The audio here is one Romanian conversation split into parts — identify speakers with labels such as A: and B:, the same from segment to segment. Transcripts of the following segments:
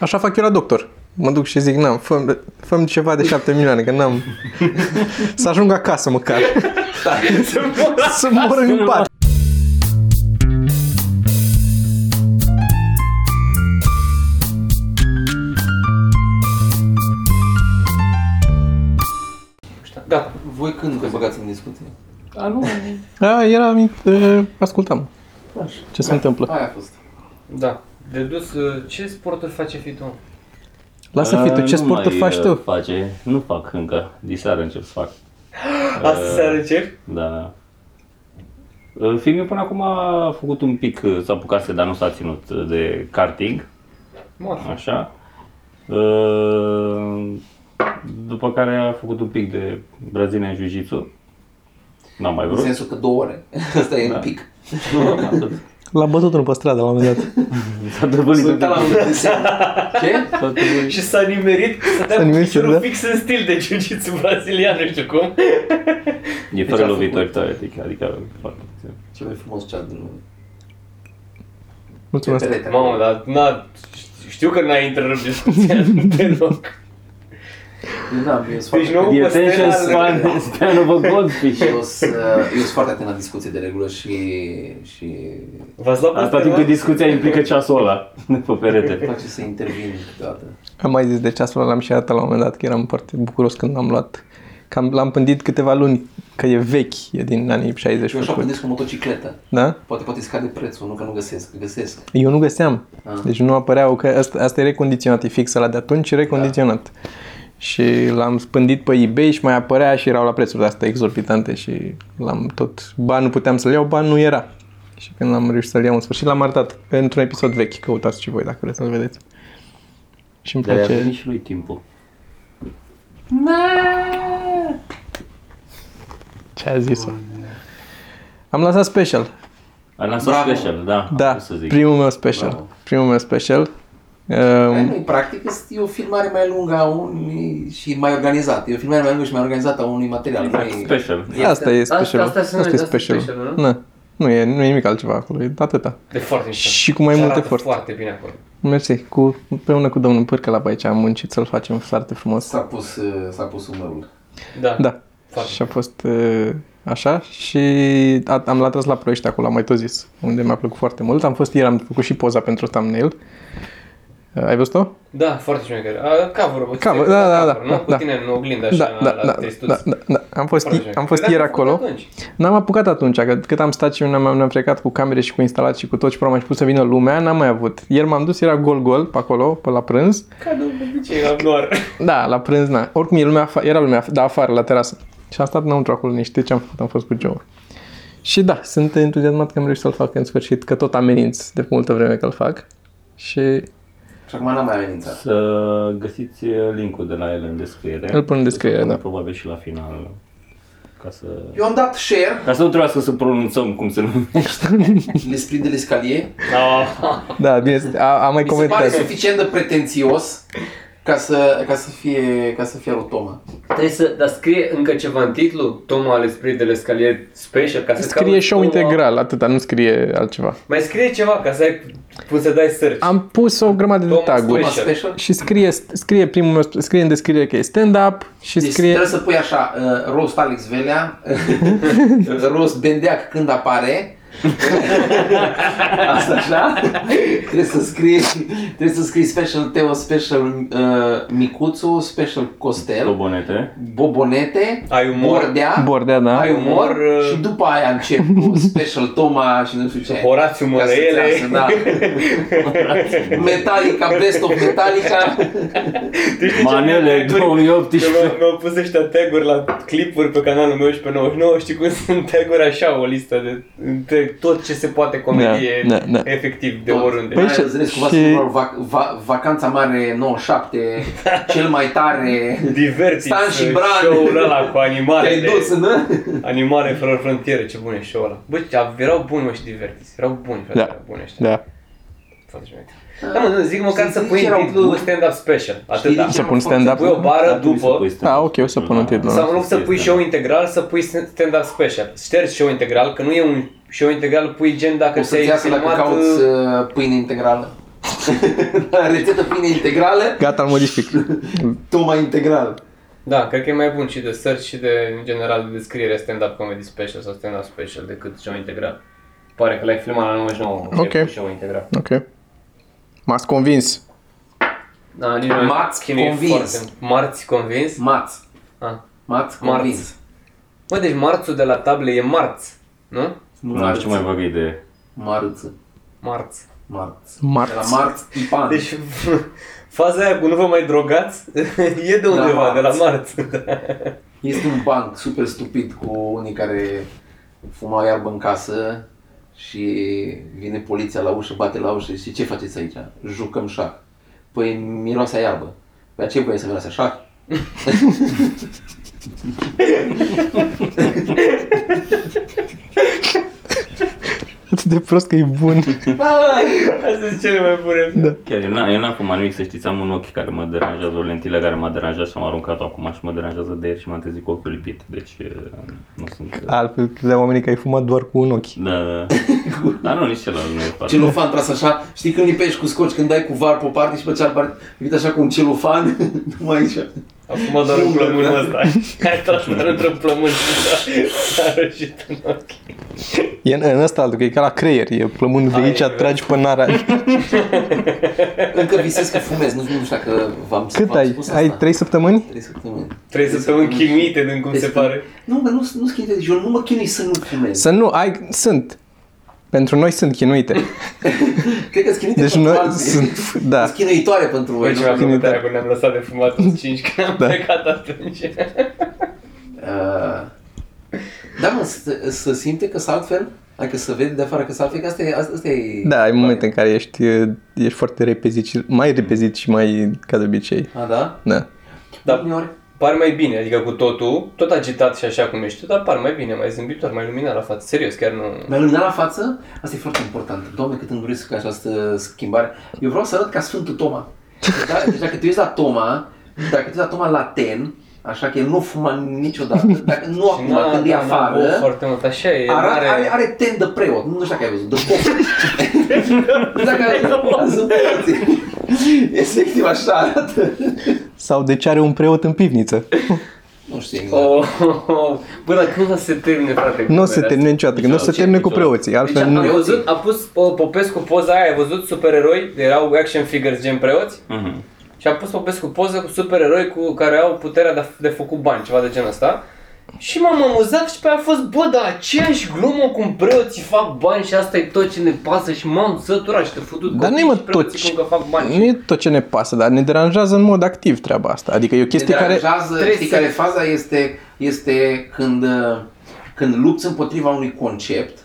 A: Așa fac eu la doctor. Mă duc și zic, n-am, fă fă ceva de 7 milioane, că n-am... Să ajung acasă măcar. Să mor în pat.
B: Da, voi când vă băgați în discuție?
C: A, nu.
A: A, era, e, ascultam
C: Așa.
A: ce se întâmplă.
B: Aia a fost.
C: Da. De dus, uh, ce sporturi face fitul?
A: Lasă fi tu, ce
D: Nu
A: sporturi
D: mai,
A: faci
D: uh,
A: tu?
D: Face. Nu fac încă. Diseară încerc să fac.
C: Asta seară încerc?
D: Da, da. Uh, Filmul până acum a făcut un pic, uh, s-a apucase, dar nu s-a ținut uh, de karting,
C: Mor.
D: așa. Uh, După care a făcut un pic de Brazilian Jiu-Jitsu. N-am mai
B: În
D: vrut.
B: sensul că două ore. Asta e
D: Da.
B: un pic.
D: Atât.
A: L-a bătut unul pe stradă la un moment dat.
D: S-a dăvălit
B: Sunt
D: atât.
B: la un Ce?
D: S-a dăvălit.
C: Și s-a nimerit să
A: S-a
C: dea
A: nimerit,
C: piciorul
A: da.
C: fix în stil de jiu brazilian, nu știu cum.
D: E fără
B: Deci a făcut.
D: lovitori, teoretic, adică foarte puțin.
B: Ce mai frumos chat din lume.
A: Mulțumesc.
B: Perete.
C: Mamă, dar na, știu că n-ai intrat în discuția deloc.
B: Da, eu sunt foarte-
C: nou?
D: The
C: Pe
D: attention
C: stânga-
D: span, span of a goldfish.
B: eu sunt- uh, eu sunt foarte atent la discuții de regulă și, și
C: V-ați luat
D: Asta
C: peste
D: timp cât
C: nas?
D: discuția implică ceasul ăla pe
B: îmi
D: perete.
B: place să intervin câteodată.
A: Am mai zis de ceasul ăla, l-am și arătat la un moment dat, că eram foarte bucuros când l-am luat. Că am, l-am pândit câteva luni, că e vechi, e din anii 60
B: Eu așa
A: făcut.
B: gândesc cu motocicletă.
A: Da?
B: Poate, poate scade prețul, nu că nu găsesc, că
D: Păi-
B: găsesc.
A: Eu nu găseam.
B: Ah.
A: Deci nu apăreau, că asta, asta e recondiționat, e fix ăla de atunci, e recondiționat.
D: Da.
A: Și l-am spândit pe eBay și mai apărea și erau la prețuri de astea exorbitante și l-am tot... Ba nu puteam să-l iau, ba nu era. Și când l-am reușit să-l iau în sfârșit, l-am arătat într-un episod vechi, căutați și voi dacă vreți să-l vedeți. Și îmi
D: Dar i-a
A: place...
D: venit și lui timpul.
A: Ce a zis-o? Am lansat special.
D: A lansat
B: Bravo.
D: special, da. am
A: Da,
D: vrut să zic.
A: primul meu special.
B: Bravo.
A: Primul meu special.
B: Aia
A: Um,
B: Nu, e practic, este o filmare mai lungă a unui și mai organizată. E o filmare mai lungă și mai organizată a unui material. Nu e-
D: Exact, Special.
A: asta e
C: asta-
A: specialul.
C: astea
A: e
C: sunt- astea sunt
A: specialul.
C: specialul, nu?
A: Na. Nu e, nu e nimic altceva acolo, e atâta.
C: De foarte mișto.
A: Și cu mai
C: Și
A: mult
C: arată
A: efort.
C: foarte bine acolo.
A: Mersi, cu, împreună cu domnul Pârcă la aici am muncit să-l facem foarte frumos.
B: S-a pus, uh, s-a pus umărul.
C: Da.
A: Da,
C: Foarte.
A: și a fost uh, așa și a, am l-a tras la Ploiești acolo, am mai tot zis, unde mi-a plăcut foarte mult. Am fost ieri, am făcut și poza pentru thumbnail. Uh, ai văzut-o?
C: Da, foarte șmecher. A, Cover,
A: Cover, da, da, da,
C: cover,
A: da,
C: Nu? Cu
A: da.
C: tine în oglindă,
A: Da,
C: așa,
A: da,
C: la
A: da,
C: tristuț.
A: da, da, da, am fost,
C: Foarte Păi, șmecher.
A: am fost
C: Dar
A: ieri
C: ai da, făcut
A: acolo.
C: atunci.
A: N-am apucat atunci, că cât am stat și eu ne-am, ne-am plecat cu camere și cu instalat și cu tot ce probabil am început să vină lumea, n-am mai avut. Ieri m-am dus, era gol-gol pe acolo, pe la prânz.
C: Ca de obicei, la noar.
A: Da, la prânz, na. Oricum e lumea, afa- era lumea, af- da, afară, la terasă. Și am stat înăuntru acolo niște ce am făcut, am fost cu Joe. Și da, sunt entuziasmat că am reușit să-l fac în sfârșit, că tot ameninț de multă vreme că-l fac. Și
B: Și acum n-am mai amenințat.
D: Să găsiți uh, linkul de la el în descriere.
A: Îl pun în descriere,
D: Sau
A: da.
D: Probabil și la final. Ca să...
B: Eu am dat share
D: Ca să nu trebuiască să pronunțăm cum se numește.
B: despre de l'escalier.
A: da, bine, a, am mai
B: Mi se pare
A: comentat.
B: suficient de pretențios ca să, ca să fie, ca să fie lui Toma.
C: Trebuie să, dar scrie încă ceva în titlu, Toma ale Sprit de Lescalier Special, ca să
A: Scrie
C: cauți
A: show
C: Toma.
A: integral, atâta, nu scrie altceva.
B: Deci
C: Mai scrie ceva ca să ai, cum să dai search.
A: Am pus o grămadă de
C: Thomas
A: taguri.
B: Toma
C: Special.
B: Special.
A: Și scrie, scrie primul meu, scrie în descriere că e stand-up și
B: Deci
A: scrie...
B: trebuie să pui așa, uh, rost Alex Velea, rost Bendeac când apare, asta așa, trebuie să scrii, trebuie să scrii special Teo, special uh, Micuțu, special Costel,
D: Lobonete.
B: Bobonete,
C: Ai umor.
B: Bordea,
A: Bordea, da.
C: Ai umor, uh,
B: și după aia încep cu special Toma și nu știu ce.
C: Horațiu
B: Ca să
C: Mărele.
B: treasă, da. Metallica, Best of Metallica.
C: Deci ce
D: Manele
C: mi-au-
D: 2018.
C: mi-au- Mi-au pus ăștia taguri la clipuri pe canalul meu și pe 99, știi cum sunt taguri așa, o listă de între tot ce se poate comedie,
A: Da, da, da.
C: efectiv, de
B: Tot.
C: oriunde.
A: Păi
B: Păi
A: și-
B: și, zis, cumva
A: și-
B: și... Va, va, vacanța mare 97, cel mai tare,
C: Divertis,
B: Stan și Bran.
C: uh, show-ul ăla cu
B: te-ai
C: animalele.
B: dus, nu?
C: Animale fără frontiere, ce bun e show-ul ăla. Bă, ce- erau buni, mă, și divertiți. Erau buni, frate,
A: Da.
C: erau buni ăștia.
A: Da.
C: Foarte șmecher. Da, mă, nu, zic măcar
B: Știi
C: să pui
B: ce
C: în
B: erau
C: titlu
B: buni?
C: stand-up special. Atât
B: Știi
C: da.
B: ce
A: Să pun
C: Să
A: stand-up.
C: pui o bară după,
A: Ah, ok, o să pun în titlu.
C: sau în loc să
D: da.
C: pui show integral, să pui stand-up special. Ștergi show integral, că nu e un show integral, pui gen dacă
B: O să-ți
C: ți-ai
B: iasă dacă
C: filmat...
B: cauți
C: uh,
B: uh, pâine integrală. La rețetă pâine integrală,
A: Gata, îl modific.
B: tocmai integral.
C: Da, cred că e mai bun și de search și de, în general, de descriere stand-up comedy special sau stand-up special decât show integral. Pare că l-ai filmat la 99,
A: Ok.
C: e show integral.
A: Ok. M-ați convins.
C: Da, nici nu-
B: Marți
C: chinuie
B: convins.
C: foarte- Marți convins?
B: Maț.
C: Ah.
B: Maț
C: Marț.
B: convins.
C: Mă, deci marțul de la table e marț, nu?
D: Nu știu ce mai vorbit de...
B: Marță.
C: Marț.
B: Marț.
A: Marț.
B: De la Marț Ipan.
C: Deci faza aia cu nu vă mai drogați e de undeva,
B: marț.
C: de la marț.
B: Este un banc super stupid cu unii care fumau iarbă în casă și vine poliția la ușă, bate la ușă și zice, ce faceți aici? Jucăm șah. Păi miroase a iarbă. Pe ce voie să miroase a șah?
A: Atât de prost că e bun.
C: Asta sunt cele mai bune.
B: Da.
D: Chiar eu n-am, eu n-am fumat nimic, să știți, am un ochi care mă deranjează, o lentilă care m-a deranjat și am aruncat-o acum și mă deranjează de ieri și m-am trezit cu ochiul lipit, deci eh, nu sunt... uh,
A: Altfel credeau oamenii că ai fumat doar cu un ochi.
D: Da, dar nu, nici celălalt nu e foarte.
B: Celofan tras așa, știi când lipești cu scoci, când dai cu var pe o parte și pe cealaltă parte, uite așa cu un celofan, numai aici.
C: Acum doar un plămân
B: da.
C: ăsta. Ai tras doar într-un plămân și s-a- s-a rășit în ochi.
A: E în, în ăsta altul, că e ca la creier. E plământ de
C: Ai,
A: aici,
C: vezi?
A: tragi până nara.
B: Încă visez că fumez, nu, nu știu dacă v-am
A: Cât
B: v-am
A: ai?
B: spus
A: Ai
B: asta.
A: 3 săptămâni?
B: Trei săptămâni.
C: Trei săptămâni chinuite din cum se pare.
B: Nu, mă, nu, nu schimb, eu nu mă chinui să nu fumez.
A: Să nu, ai, sunt. Pentru noi sunt chinuite.
B: Cred că schinuite
A: Deci
B: pentru
A: noi
B: alții.
A: sunt, da.
B: Sunt chinuitoare pentru voi.
C: Băi,
B: nu?
C: Păi,
B: Da.
C: ceva
A: chinuit,
C: plăcut aia
A: da.
C: când ne-am lăsat de fumat toți cinci, că am plecat atunci.
B: Uh, da, mă, să, să simte că sunt altfel, adică să vede de afară că sunt altfel, că asta e... Asta e
A: Da, ai momente în care ești, ești foarte repezit și mai repezit și mai ca de obicei.
B: A, da?
A: Da.
C: Da.
B: Uneori.
C: Pare mai bine, adică cu totul, tot agitat și așa cum ești, dar par mai bine, mai zâmbitor, mai luminat la față. Serios, chiar nu...
B: Mi-a luminat la față, asta e foarte important. Doamne, cât îmi doresc această schimbare. Eu vreau să arăt ca Sfântul Toma. Da? Deci dacă te uiți la Toma, dacă te uiți la Toma la ten, așa că el nu fuma niciodată, dacă nu
C: Și
B: acum,
C: n-a-
B: când e
C: n-a- n-a băut
B: afară,
C: foarte mult, așa e,
B: Are,
C: are-
B: are, are ten de preot, nu știu dacă ai văzut, de pop. Nu dacă ai văzut, Efectiv așa arată.
A: Sau de ce are un preot în pivniță?
B: Nu știu exact.
C: Oh, oh, oh. Bă, dar când o să se termine, frate?
A: Nu o să termine niciodată, că nu o să
D: Niciodată.
A: termine cu
D: Niciodată.
A: preoții, altfel
B: Niciodată.
C: Ai
A: nu.
C: văzut, a pus o Popescu poza aia, ai văzut supereroi, erau action figures gen preoți?
D: Mhm.
C: Și a pus Popescu poză cu supereroi cu care au puterea de, a, de făcut bani, ceva de genul ăsta. Și m-am amuzat și pe aia a fost, bă, dar aceeași glumă cum preoții fac bani și asta e tot ce ne pasă și m-am săturat și te futut
A: Dar nu e
C: copiii
A: mă
C: și preoții
A: tot
C: cum că fac bani.
A: Nu e tot ce ne pasă, dar ne deranjează în mod activ treaba asta. Adică e o chestie care...
B: care,
C: trebuie
B: știi
C: să-
B: care faza este, este când, uh, când lupți împotriva unui concept,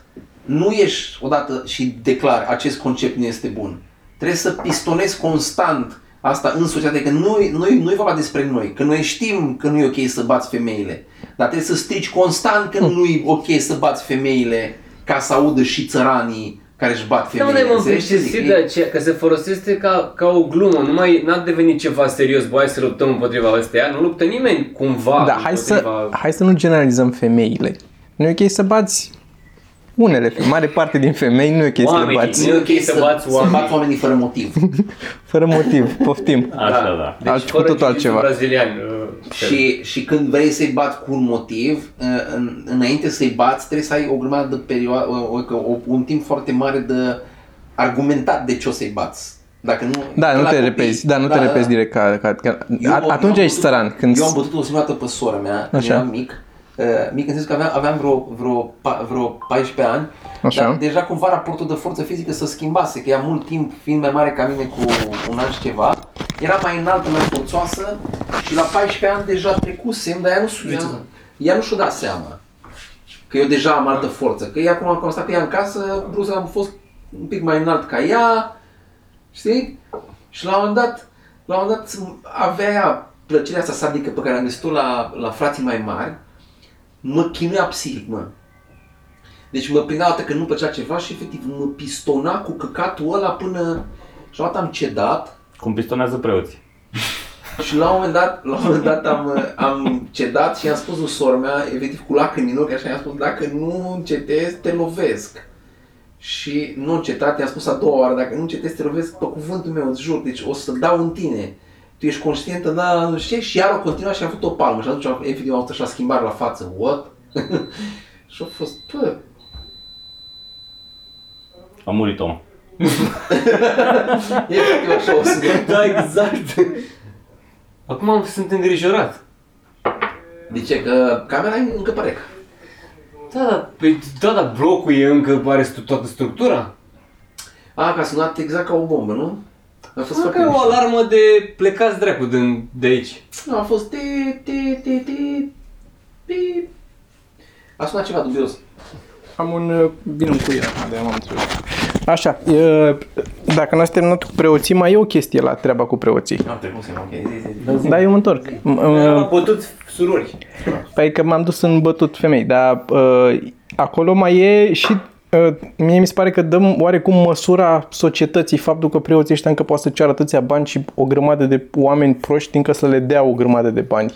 B: nu ieși odată și declar acest concept nu este bun. Trebuie să pistonezi constant asta în societate, că nu, nu, nu e vorba despre noi, că noi știm că nu e ok să bați femeile, dar trebuie să strici constant
A: Hmm.
B: că nu e ok să bați femeile ca să audă și țăranii care își bat
C: Nu
B: femeile.
C: ne mă
B: Înțelegi ce zic?
C: plictisit de aceea, că se folosește ca, ca o glumă, nu mai n-a devenit ceva serios, bă, hai să luptăm împotriva ăsteia, nu luptă nimeni cumva
A: Da, hai să,
C: împotriva-
A: hai să nu generalizăm femeile. Nu e ok să bați unele, fe- mare parte din femei nu e ok să le
C: Oamenii,
A: bați.
C: nu e ok să bați
B: Să
C: oamenii.
B: bați oamenii fără motiv.
A: Fără motiv, poftim.
D: Așa, da.
C: Deci
A: Alt- cu
C: fără
A: totul
C: jiu-jitsu
A: altceva.
C: brazilian. uh,
B: Și, și când vrei să-i bați cu un motiv, în- în, înainte să-i bați, trebuie să ai o grămadă de perioadă, o, o, un timp foarte mare de argumentat de ce o să-i bați. Dacă nu,
A: Da, nu
B: la
A: te
B: copii-
A: repezi, da, nu te repezi direct ca, ca, ca
B: Eu am-
A: atunci
B: eu am
A: ești
B: bătut-
A: țăran, când
B: Eu am bătut o singură dată pe sora mea,
A: Așa.
B: Așa. eram mic, uh, mic în sensul că aveam, aveam vreo, vreo, pa- vreo 14 ani,
A: Așa.
B: dar deja cumva raportul de forță fizică se schimbase, că ea mult timp, fiind mai mare ca mine cu un an și ceva, era mai înaltă, mai forțoasă și la 14 ani deja trecusem, dar ea nu știa, ea nu și-o da seama că eu deja am altă forță, că ea acum am constat că ea în casă, brusa am fost un pic mai înalt ca ea, Știi? Și la un moment dat, la un moment dat avea ea plăcerea asta sadică pe care am găsit-o la, la frații mai mari, mă chinuia psihic, mă. Deci mă prindea odată că nu plăcea ceva și efectiv mă pistona cu căcatul ăla până... Și la un moment dat am cedat
D: Cum pistonează preoții.
B: și la un moment dat, la un moment dat am, am cedat și i-am spus lui sora mea, efectiv cu lacrimi în ochi, așa i-am spus, dacă nu încetezi, te lovesc. și nu ceta, te-am spus a doua oară, dacă nu citești, te lovesc pe cuvântul meu, îți jur, deci o să dau în tine. Tu ești conștientă, da, nu știu ce, și iar o continua și a făcut o palmă și atunci am- efectiv am avut așa schimbare la față, what? și a fost, bă,
D: A murit om.
B: efectiv așa o să
C: Da, exact. Acum sunt îngrijorat.
B: De ce? Că camera e încă parecă.
C: Da, da, pe, da, da, blocul e încă, are stu- toată structura.
B: A, că a sunat exact ca o bombă, nu? A fost
C: Să
B: foarte
C: că e o
B: mișto.
C: alarmă de plecați dracu din, de aici.
B: Nu, a fost te, te, te, te, te. A sunat ceva dubios.
A: Am un... uh, Vin un cuier, de am înțeles. Așa, uh, dacă n-ați terminat cu preoții, mai e o chestie la treaba cu preoții.
B: Nu, trecut să ok, zi, zi, zi.
A: Da, eu mă întorc. M-
C: A
A: uh,
C: bătut surori.
A: Păi că m-am dus în bătut femei, dar uh, acolo mai e și... uh, Mie mi se pare că dăm oarecum măsura societății faptul că preoții ăștia încă poate să ceară atâția bani și o grămadă de oameni proști încă să le dea o grămadă de bani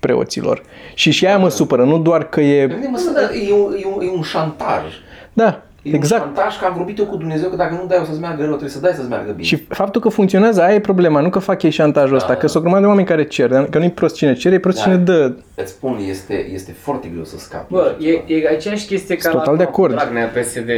A: preoților. Și și aia mă supără, nu doar că
B: Pe
A: e...
B: mine mă sună, e, un, e, un, e un șantaj.
A: Da,
B: E exact. un
A: exact.
B: șantaj că am vorbit eu cu Dumnezeu că dacă nu dai o să-ți meargă rău, trebuie să dai să-ți meargă bine.
A: Și faptul că funcționează, aia e problema, nu că fac ei șantajul ăsta, că sunt o grămadă de oameni care cer, dar că nu-i prost cine cere, e prost
B: Da.
A: cine dă.
B: Îți spun, este, este foarte greu să scapi.
C: Bă, e, e aceeași chestie ca
A: Sunt total de
C: acum,
A: acord.
C: Dragnea PSD.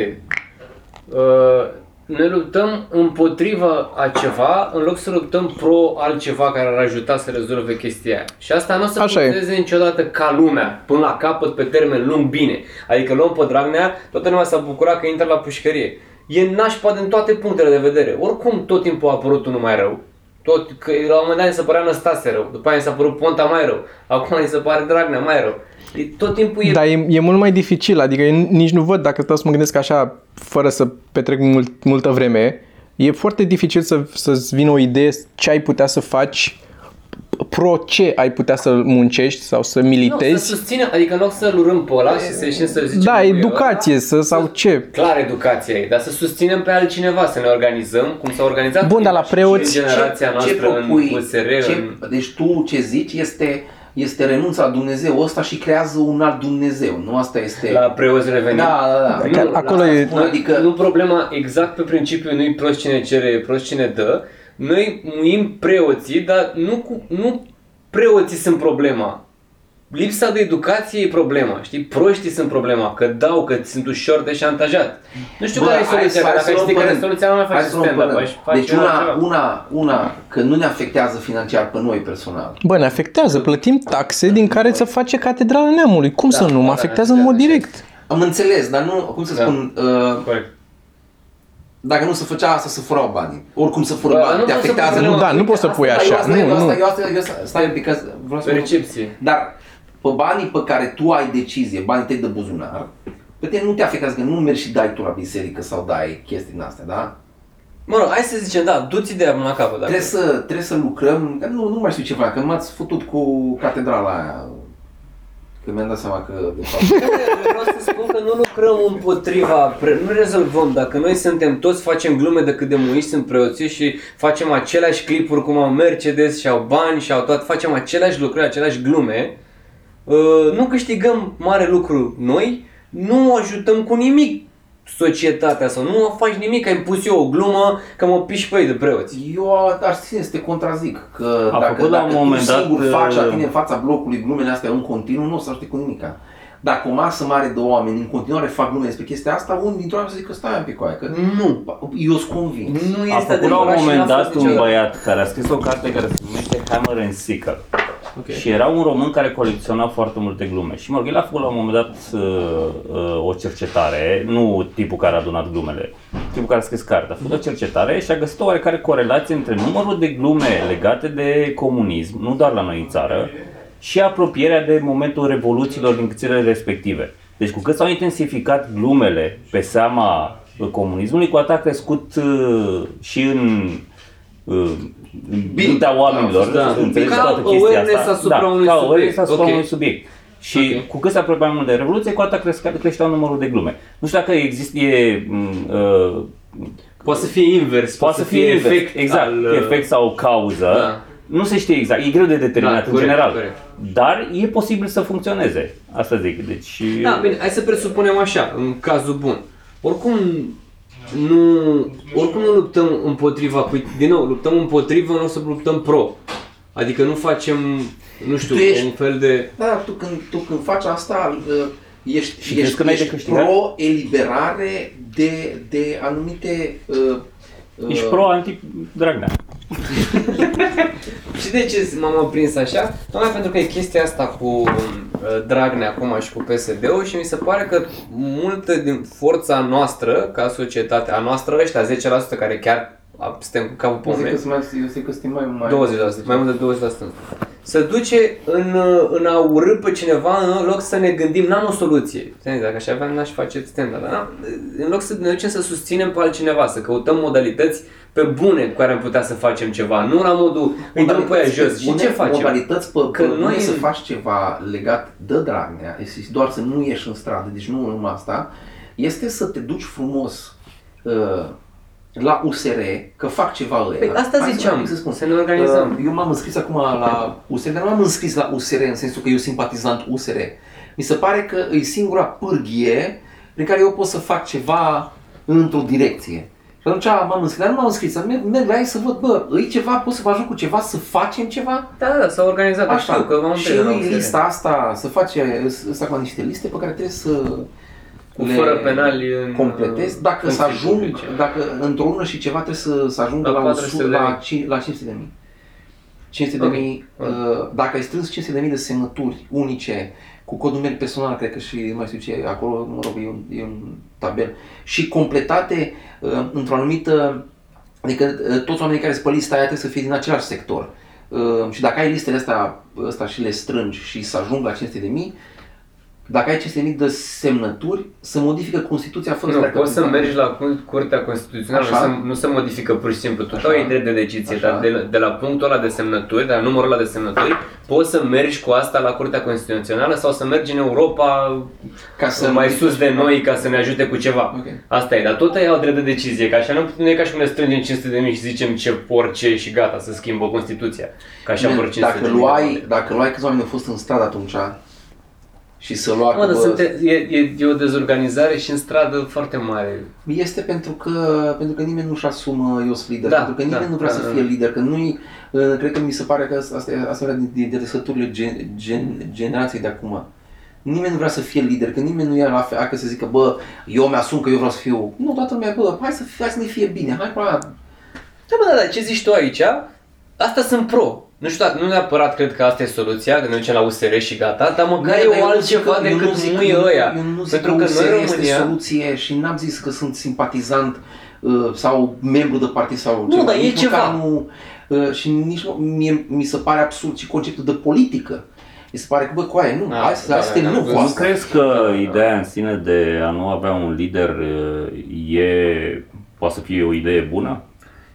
C: Uh, ne luptăm împotriva a ceva în loc să luptăm pro altceva care ar ajuta să rezolve chestia aia. Și asta nu o să
A: Așa e.
C: funcționeze niciodată ca lumea, până la capăt, pe termen lung, bine. Adică luăm pe Dragnea, toată lumea s-a bucurat că intră la pușcărie. E nașpa din toate punctele de vedere. Oricum, tot timpul a apărut unul mai rău. Tot, că la un moment dat mi se părea Năstase rău, după aia mi s-a părut Ponta mai rău, acum mi se pare Dragnea mai rău. E, tot timpul e
A: Dar e, e mult mai dificil, adică eu nici nu văd, dacă stau să mă gândesc așa, fără să petrec mult, multă vreme, e foarte dificil să, să-ți vină o idee ce ai putea să faci, pro ce ai putea să muncești sau să
C: Nu, să
A: militezi.
C: susține, adică în loc să-l urâm pe ăla și să ieșim să zicem
A: da,
C: lui
A: educație să, sau ce.
C: Clar educația e, dar să susținem pe altcineva, să ne organizăm, cum s-a organizat
A: Bun, dar la
C: și
A: preoți-
C: în generația noastră
B: propui?
C: în USR,
B: ce,
C: în...
B: Deci tu ce zici este, este renunța la Dumnezeu ăsta și creează un alt Dumnezeu, nu? Asta este...
C: la preoți revenim.
B: da, da, da.
A: Că
C: nu,
A: acolo
B: la-
A: e...
B: Bun, adică-
C: adică... Nu problema exact pe principiu nu-i prost cine cere, prost cine dă. Noi muim preoții, dar nu, cu, nu preoții sunt problema. Lipsa de educație e problema, știi? Proștii sunt problema, că dau, că sunt ușor de șantajat. Nu știu
B: Bă,
C: care e
B: hai să-
C: soluția, că
B: hai
C: dacă
B: să
C: ai ști
B: luăm
C: care e
B: părând.
C: soluția, nu mai
B: Hai
C: faci
B: să luăm
C: stand-up,
B: până.
C: aș face
B: Deci una,
C: altceva.
B: una, una, că nu ne afectează financiar pe noi personal.
A: Bă, ne afectează, plătim taxe din care ți face Catedrala Neamului. Cum să nu? Mă
C: da,
A: afectează
C: da,
A: în mod
C: da,
A: direct.
B: Am înțeles, dar nu, cum să
C: Da.
B: spun, uh,
C: Corect.
B: dacă nu se făcea asta, se furau banii. Oricum se fură
C: Bă,
B: bani,
C: nu
B: te
C: pot să
B: afectează.
C: pun problema.
A: Da, nu poți să pui
B: Dar eu
A: așa.
B: asta- eu
A: Nu,
B: asta-
A: nu.
B: Eu asta, eu asta, stai un pic, că vreau să
C: Percepție.
B: Dar pe banii pe care tu ai decizie, banii tăi de buzunar, pe tine nu te afectează, că nu mergi și dai tu la biserică sau dai chestii din astea, da?
C: Mă rog, hai să zicem, da, du-ți ideea până la capăt. Dacă...
B: Trebuie să, trebuie să lucrăm, că nu, nu mai știu ce fac, că m-ați fătut cu catedrala aia. Că mi-am dat seama că, de fapt,
C: Vreau să spun că nu lucrăm împotriva, pre- nu rezolvăm. Dacă noi suntem toți, facem glume de cât de muiți sunt preoții și facem aceleași clipuri cum au Mercedes și au bani și au toate, facem aceleași lucruri, aceleași glume, uh, nu câștigăm mare lucru noi, nu ajutăm cu nimic societatea sau nu faci nimic, ai pus eu o glumă că mă piși pe ei de preoți.
B: eu ar ține să te contrazic, că
D: A
B: dacă,
D: făcut la
B: dacă
D: un
B: tu
D: moment dat,
B: singur
D: uh,
B: faci la tine în fața blocului glumele astea în continuu, nu o să ajute cu nimica. Dacă o masă mare de oameni în continuare fac glume despre chestia asta, unul dintre oameni o să zică stai un pic cu aia, că
C: Nu.
B: eu sunt convins.
C: Nu
D: A
C: este
D: făcut la un
C: adevărat și n-a
D: moment
C: fost
D: dat un
C: niciodată.
D: băiat care a scris o carte care se numește Hammer and Sickle. Și era un român care colecționa foarte multe glume. Și Morghil a făcut la un moment dat uh, uh, o cercetare, nu tipul care a adunat glumele, tipul care a scris cartea. A făcut o cercetare și a găsit o oarecare corelație între numărul de glume legate de comunism, nu doar la noi în țară, și apropierea de momentul revoluțiilor din țările respective. Deci cu cât s-au intensificat glumele pe seama uh, comunismului, cu atât a crescut uh, și în uh, mintea oamenilor,
C: Da.
D: da, înțelegi
C: Ca
D: toată chestia
C: awareness
D: asta. Da,
C: asupra unui
D: ca
C: subiect.
D: awareness asupra
C: Ok.
D: unui subiect. Și
C: Ok.
D: cu cât se apropia mai mult de Revoluție, cu atât creștea, creștea numărul de glume. Nu știu dacă există, e, m, uh,
C: Poate să fie invers,
D: poate să fie efect, exact,
C: al,
D: al,
C: uh,
D: efect sau o cauză.
C: Da.
D: Nu se știe exact, e greu de determinat
C: Da,
D: în
C: corect,
D: general.
C: corect.
D: Dar e posibil să funcționeze. Asta zic. Deci,
C: Da, bine, hai să presupunem așa, în cazul bun. Oricum, nu, oricum nu luptăm împotriva, cu, din nou, luptăm împotriva în loc să luptăm pro. Adică nu facem, nu știu,
B: Tu ești-
C: un fel de...
B: Da, tu când, tu când faci asta, uh, ești,
D: Și crezi
B: ești,
D: că n-ai de
B: ești
D: câștigat?
B: pro-eliberare de, de anumite... Uh, uh,
D: Ești pro-anti-Dragnea.
C: Și de ce m-am aprins așa? Tocmai pentru că e chestia asta cu uh, Dragnea acum și cu PSD-ul și mi se pare că multă din forța noastră, ca societate, a noastră, ăștia 10% care chiar a- suntem cu capul
B: Eu zic că
C: pomenit,
B: sunt mai, eu zic că sunt mai, mai
C: 20%, mai mult de 20%. Se duce în, uh, în a urâ pe cineva în loc să ne gândim, n-am o soluție. Înțelegi, Dacă aș avea, n-aș face stand dar n-am- în loc să ne ducem să susținem pe altcineva, să căutăm modalități pe bune cu care am putea să facem ceva, nu la modul îi dăm pe aia jos. Și
B: bune,
C: ce facem?
B: Modalități pe că
C: Că
B: nu
C: noi-
B: e să faci ceva legat de Dragnea, este doar să nu ieși în stradă, deci nu numai asta, este să te duci frumos uh, la USR, că fac ceva ăia.
C: Păi asta
B: Hai să-
C: ziceam,
B: hai să spun.
C: să ne organizăm.
B: Uh, Eu m-am înscris acum la USR, dar nu m-am înscris la USR în sensul că eu simpatizant USR. Mi se pare că e singura pârghie prin care eu pot să fac ceva într-o direcție. Și atunci m-am înscris, dar nu m-am înscris, să merg, merg la ei să văd, bă, e ceva, pot să vă ajut cu ceva, să facem ceva?
C: Da, da, s-a organizat, Așa. știu că m-am
B: și
C: prins,
B: e
C: am
B: lista asta, să face, să fac niște liste pe care trebuie să
C: Cu fără penali în-
B: completez, dacă
C: în
B: să ajung,
C: publice.
B: dacă într-o lună și ceva trebuie să, să ajung
C: La
B: la,
C: 400
B: 100,
C: de mii.
B: la, 5, la 500 de mii. 500 de mii,
C: Ok.
B: uh, dacă ai strâns 500 de mii de semnături unice, cu cod numeric personal, cred că și mai știu ce, acolo, mă rog, e un, e un tabel, și completate uh, într-o anumită, adică uh, toți oamenii care sunt pe lista aia trebuie să fie din același sector. Uh, și dacă ai listele astea, ăsta și le strângi și să ajung la 500 de mii, dacă ai 500 de mii de semnături, se modifică Constituția fără
C: Nu,
B: treacă
C: poți să
B: prin
C: mergi la cu- Curtea Constituțională, nu
B: Așa.
C: se, nu se modifică pur și simplu. Tu
B: Așa.
C: dau ei drept de decizie,
B: Așa.
C: dar de, la- de la punctul ăla de semnături, de la numărul ăla de semnături, poți să mergi cu asta la Curtea Constituțională sau să mergi în Europa
B: ca să
C: mai sus de noi ca să ne ajute cu ceva.
B: Ok.
C: Asta e, dar tot ei au drept de decizie, că așa nu, nu e ca și cum ne strângem 500 de mii și zicem ce orice și gata, să schimbă Constituția. Ca așa vor 500
B: dacă
C: de
B: luai, dacă luai câți oameni au fost în stradă atunci și să lua
C: Mă,
B: că,
C: dar
B: bă,
C: sunt, e, e, e o dezorganizare și în stradă foarte mare.
B: Este pentru că, pentru că nimeni nu-și asumă eu sunt lider,
C: Da,
B: da, pentru că nimeni
C: da,
B: nu vrea
C: da,
B: să
C: da,
B: fie
C: da.
B: lider, că nu-i, uh, cred că mi se pare că asta- asta e asta e una din, din trăsăturile gen, gen, generației de acum. Nimeni nu vrea să fie lider, că nimeni nu e la fel, că să zică, bă, eu mi-asum că eu vreau să fiu. Nu, toată lumea, bă, hai să, fie, hai să ne fie bine, hai pe aia.
C: Da, bă, da, da, ce zici tu aici? Asta sunt pro. Nu știu, da- nu neapărat cred că asta e soluția, că ne ducem la USR și gata, dar măcar
B: Dar
C: e
B: eu
C: o
B: nu
C: altceva
B: zic că- eu
C: decât
B: zic că-
C: mui ăia.
B: Eu nu zic
C: Pentru
B: că
C: că
B: USR
C: noi în
B: este
C: România...
B: soluție și n-am zis că sunt simpatizant uh, sau membru de partid sau
C: Nu, dar e
B: Nici măcar
C: ceva.
B: Nu, uh, și nici nu, mie, mi se pare absurd și conceptul de politică. Mi se pare că, bă, coaie, nu,
C: Da,
B: hai să,
C: da,
B: hai să
C: da,
B: te
C: da,
B: nu
C: da.
B: cu
D: Nu
B: asta.
D: crezi că ideea în sine de a nu avea un lider uh, e, poate să fie o idee bună?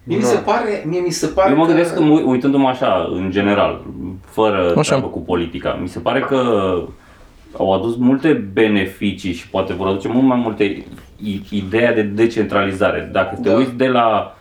B: Mie mi se pare, mie mi se pare
D: Eu mă gândesc că, mă uit- uitându-mă așa, în general, fără treabă cu politica, mi se pare că au adus multe beneficii și poate vor aduce mult mai multe i- ideea de decentralizare. Dacă te
B: Da.
D: uiți de la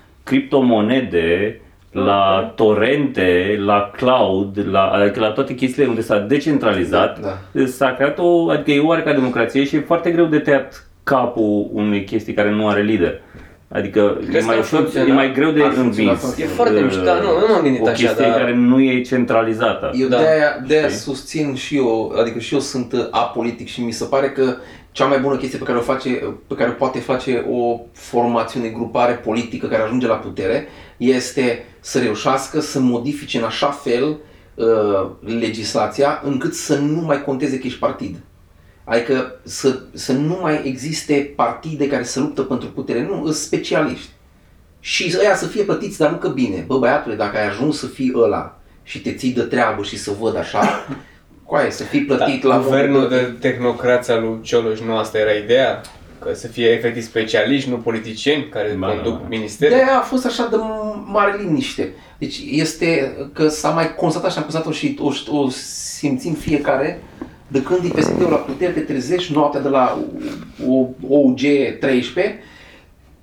D: criptomonede, la torente, la cloud, la, adică la toate chestiile unde s-a decentralizat,
B: Da.
D: s-a creat o, adică e oarecare democrație și e foarte greu de tăiat capul unei chestii care nu are lider. Adică e
C: Crezi că
D: mai,
C: ar
D: ușor, e
C: funcționa?
D: mai greu de
B: Ar funcționa
D: învins.
B: foarte
C: E foarte
D: Uh,
C: mișto, nu, nu m-am gândit
D: o
C: așa,
D: chestie
C: dar-
D: care nu e centralizată.
B: Eu
C: Da.
B: da. de-aia, de-aia susțin și eu, adică și eu sunt uh, apolitic și mi se pare că cea mai bună chestie pe care o face, pe care o poate face o formațiune, grupare politică care ajunge la putere, este să reușească să modifice în așa fel uh, legislația încât să nu mai conteze că ești partid. Adică să, să nu mai existe partide care să luptă pentru putere, nu, sunt specialiști. Și ăia să fie plătiți, dar nu că bine. Bă, băiatule, dacă ai ajuns să fii ăla și te ții de treabă și să văd așa, coaie, să fii plătit la
C: Da, Guvernul
B: modul-
C: de tehnocrația lui Cioloș, nu asta era ideea? Că să fie efectiv specialiști, nu politicieni care
D: Ba,
C: conduc
D: ba, ba.
B: De
C: ministere.
B: aia a fost așa de mare liniște. Deci este că s-a mai constatat și am constatat-o și o, o simțim fiecare de când e PSD-ul la putere, te trezești noaptea de la OUG 13, te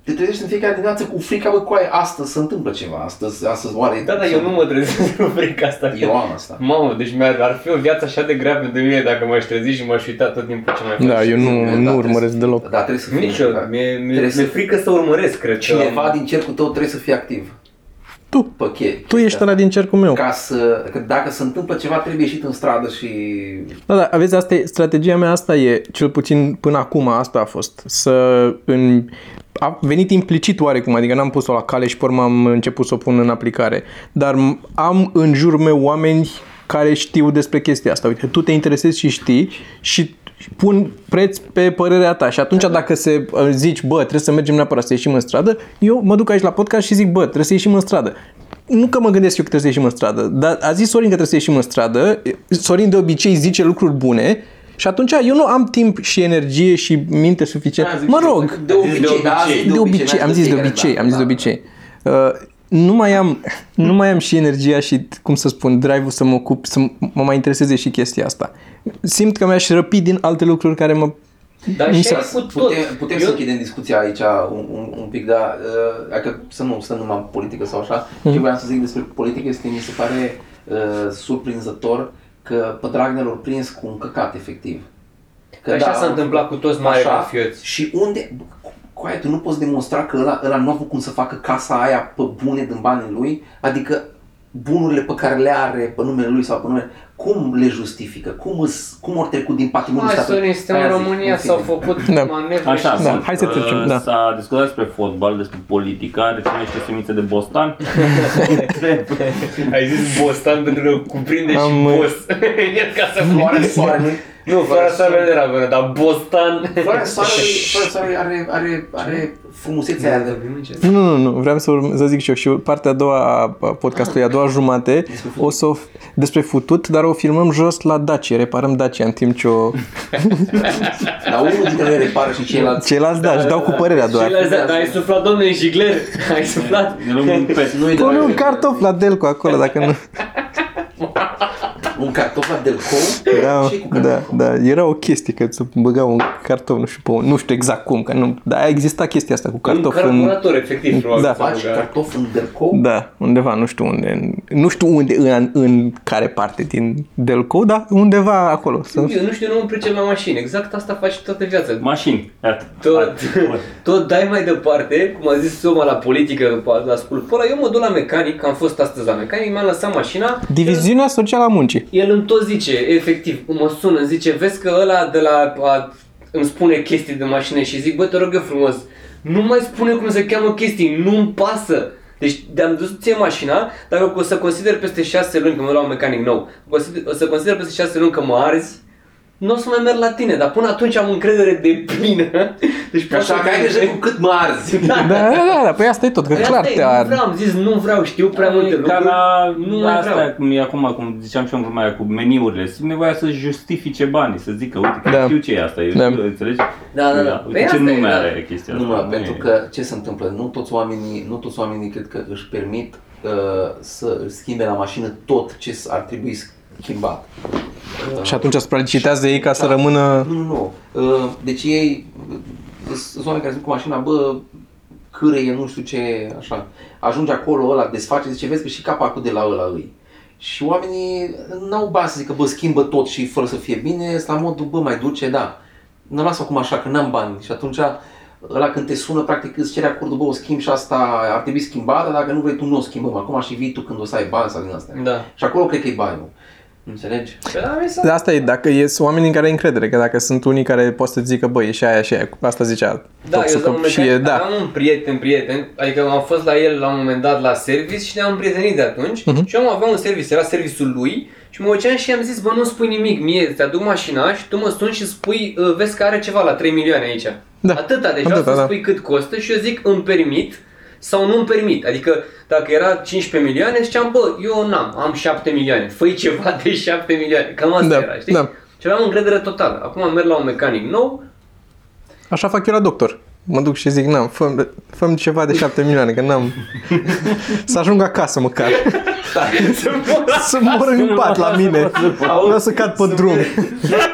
B: te trezești în fiecare dimineață cu frica, bă, coaie, astăzi se întâmplă ceva, astăzi, astăzi oare...
C: Da, da, eu nu mă trezesc cu frica asta.
B: Eu am asta.
C: Mamă, deci mi-ar ar fi o viață așa de grea pentru mine dacă m-aș trezi și m-aș uita tot timpul ce mai fac.
A: Da, eu nu, nu urmăresc deloc.
B: Da, trebuie să fii.
C: Nici eu,
B: da.
C: mi-e, mi-e,
B: Trebuie să-
C: mi-e frică să urmăresc, cred că...
B: Cineva din cercul tău trebuie să fie activ.
A: Tu.
B: Pe che-
A: Tu ești ăla din cercul meu.
B: Exact. Ca să, că dacă se întâmplă ceva, trebuie ieșit în stradă și
A: Da, da, aveți, asta e, strategia mea asta e, cel puțin până acum asta a fost, să în, a venit implicit oarecum, adică n-am pus-o la cale și pe urmă am început să o pun în aplicare, dar m- am în jur meu oameni care știu despre chestia asta. Uite, tu te interesezi și știi și pun preț pe părerea ta și atunci dacă se uh, zici, bă, trebuie să mergem neapărat să ieșim în stradă, eu mă duc aici la podcast și zic, bă, trebuie să ieșim în stradă. Nu că mă gândesc eu că trebuie să ieșim în stradă, dar a zis Sorin că trebuie să ieșim în stradă, Sorin de obicei zice lucruri bune și atunci eu nu am timp și energie și minte
B: Aia
A: suficient.
B: Da, zic
A: Mă
B: și eu,
A: rog,
B: De obicei,
D: De
B: da,
D: obicei.
B: zic
A: de obicei,
B: n-ai
A: am zis de
B: fiecare,
A: obicei,
B: da,
A: am zis de
B: da.
A: obicei. Uh, Nu mai am, nu mai am și energia și, cum să spun, drive-ul să mă ocup, să mă mai intereseze și chestia asta. Simt că mi-aș răpi din alte lucruri care mă...
C: Dar
A: Mi
C: și
A: se-
C: ai cu tot.
B: Putem, putem
C: Eu-
B: să închidem discuția aici un, un, un pic, dar uh, dacă să nu stăm numai în politică sau așa, ce
C: Mhm.
B: voiam să zic despre politică este, mi se pare uh, surprinzător că pe Dragnea l-au prins cu un căcat, efectiv. da,
C: Că așa s-a întâmplat cu toți mari
B: așa,
C: mafioți.
B: Și unde, coaie, tu nu poți demonstra că ăla, ăla nu a avut cum să facă casa aia pe bune din banii lui, adică bunurile pe care le are pe numele lui sau pe numele, cum le justifică? Cum, îs, cum ori trecut din patrimoniul
C: Hai, Sorin, suntem în
B: Aia zic,
C: România,
B: în
C: s-au
B: fine.
C: făcut
A: Da.
C: manevre
D: Așa,
C: și-
A: Da,
D: sunt.
A: hai să trecem,
D: Uh,
A: da.
D: S-a discutat despre fotbal, despre politică, are cine niște semințe de bostan. Întreb.
C: Ai zis bostan pentru că cuprinde
A: Am,
C: și boss. În el ca să floare
B: Floarea
C: soare.
B: soarelui.
C: Nu, fără soare nu era bună, dar bostan.
B: Floarea soarelui, floarea soarelui are, are, are frumusețea aia de...
A: Nu, nu, nu, vreau să, urm- să zic și eu și partea a doua a podcastului, a doua jumate, o să o, f- despre futut, dar o filmăm jos la Dacia, reparăm Dacia în timp ce o...
B: Dar unul dintre noi repară și ceilalți.
A: Ceilalți, da, își dau cu părerea doar.
C: Ceilalți, da, dar ai suflat, domnule, jigler. Ai suflat.
D: Ne luăm un pet.
B: Nu-i
A: Pune
B: drag.
A: un cartof la Delco acolo, dacă nu...
B: Un cartof la Delco?
A: Da,
B: Ce-i cu
A: da,
B: cartoful?
A: da, era o chestie că să băga un cartof, nu știu, pe un, nu știu exact cum, că nu, dar exista chestia asta cu
C: Un
A: cartof în...
C: carburator, efectiv, probabil.
A: Da.
C: s-a
B: Faci
C: băgat.
B: cartof în Delco?
A: Da, undeva, nu știu unde, în- nu știu unde, în, în care parte din Delco, dar undeva acolo. Să...
C: Eu nu știu, nu mă pricep la mașini. Exact asta faci toată viața.
D: Mașini. Iată.
C: Tot, tot dai mai departe, cum a zis Soma la politică, la sculptura, eu mă duc la mecanic, că am fost astăzi la mecanic, mi-am lăsat mașina,
A: Diviziunea Socială a Muncii.
C: el îmi tot zice, efectiv, mă sună, îmi zice, vezi că ăla de la, a, îmi spune chestii de mașină și zic, bă, te rog eu frumos, nu mai spune cum se cheamă chestii, nu-mi pasă. Deci de-am dus ție mașina, dacă o să consider peste 6 luni că mă luau mecanic nou, consider, o să consider peste 6 luni că mă arzi, nu o să mai merg la tine, dar până atunci am încredere de plină. Deci poate
B: Așa
C: să-
B: că ai grijă cu cât mă arzi.
A: Da, da, da, da, păi asta e tot, că
C: Păi
A: clar
C: asta e,
A: te
C: nu
A: ar...
C: vreau, am zis nu vreau, știu prea multe
D: Ca
C: lucruri.
D: la,
C: nu
D: nu
C: mai
D: asta
C: vreau.
D: cum e acum, cum ziceam și eu în gluma aia cu meniurile, sunt nevoia să justifice banii, să zică, uite, că
A: Da.
D: știu ce e asta, eu
A: Da.
D: știu, înțelegi?
C: Da, da, da. Păi
D: Uite ce
C: asta e,
D: nume
C: da.
D: are chestia asta.
B: Nu, mă,
D: nu
B: pentru
D: e-
B: că ce se întâmplă? Nu toți oamenii, nu toți oamenii cred că își permit uh, să își schimbe la mașină tot ce s- ar trebui schimbat.
A: Și atunci supralicitează ei ca să rămână...
B: Nu, nu, nu. Uh, Deci ei uh, sunt oameni care zic cu mașina, bă, cârăie, nu știu ce, așa. Ajunge acolo ăla, desface, zice, vezi că și capacul de la ăla îi. Și oamenii n-au bani să zică, bă, schimbă tot și fără să fie bine, sunt la modul, bă, mai duce, da. Nu las acum așa, că n-am bani. Și atunci ăla când te sună, practic îți cere acordul, bă, o schimb și asta ar trebui schimbat, dar dacă nu vrei tu, nu o schimbăm. Acum și vii tu când o să ai bani sau din astea.
C: Da.
B: Și acolo cred că e banul. Înțelegi?
C: Păi da, mi s-a-
A: Da, Asta e, dacă ies oamenii în care ai încredere, că dacă sunt unii care pot să zică, bă, e și aia, și aia, asta zicea.
C: Da, eu
A: Toxu,
C: sunt
A: că-
C: un
A: și e,
C: mecanic,
A: da.
C: am un prieten, prieten, adică am fost la el la un moment dat la service și ne-am prietenit de atunci
A: Mhm.
C: și eu aveam un service, era serviciul lui și mă duceam și i-am zis, bă, nu spui nimic, mie te aduc mașina și tu mă suni și spui, "Uh, vezi că are ceva la 3 milioane aici.
A: Da.
C: Atâta, deci vreau
A: Atâta,
C: să
A: da.
C: spui cât costă și eu zic, îmi permit sau nu-mi permit. Adică dacă era 15 milioane, ziceam, bă, eu n-am, am 7 milioane, făi ceva de 7 milioane, cam asta
A: Da,
C: era, știi?
A: da.
C: Și aveam încredere totală. Acum merg la un mecanic nou,
A: Așa fac eu la doctor. Mă duc și zic, n-am, fă făm ceva de 7 milioane, că n-am... să ajung acasă măcar. să mor în pat la mine. Vreau să cad pe drum.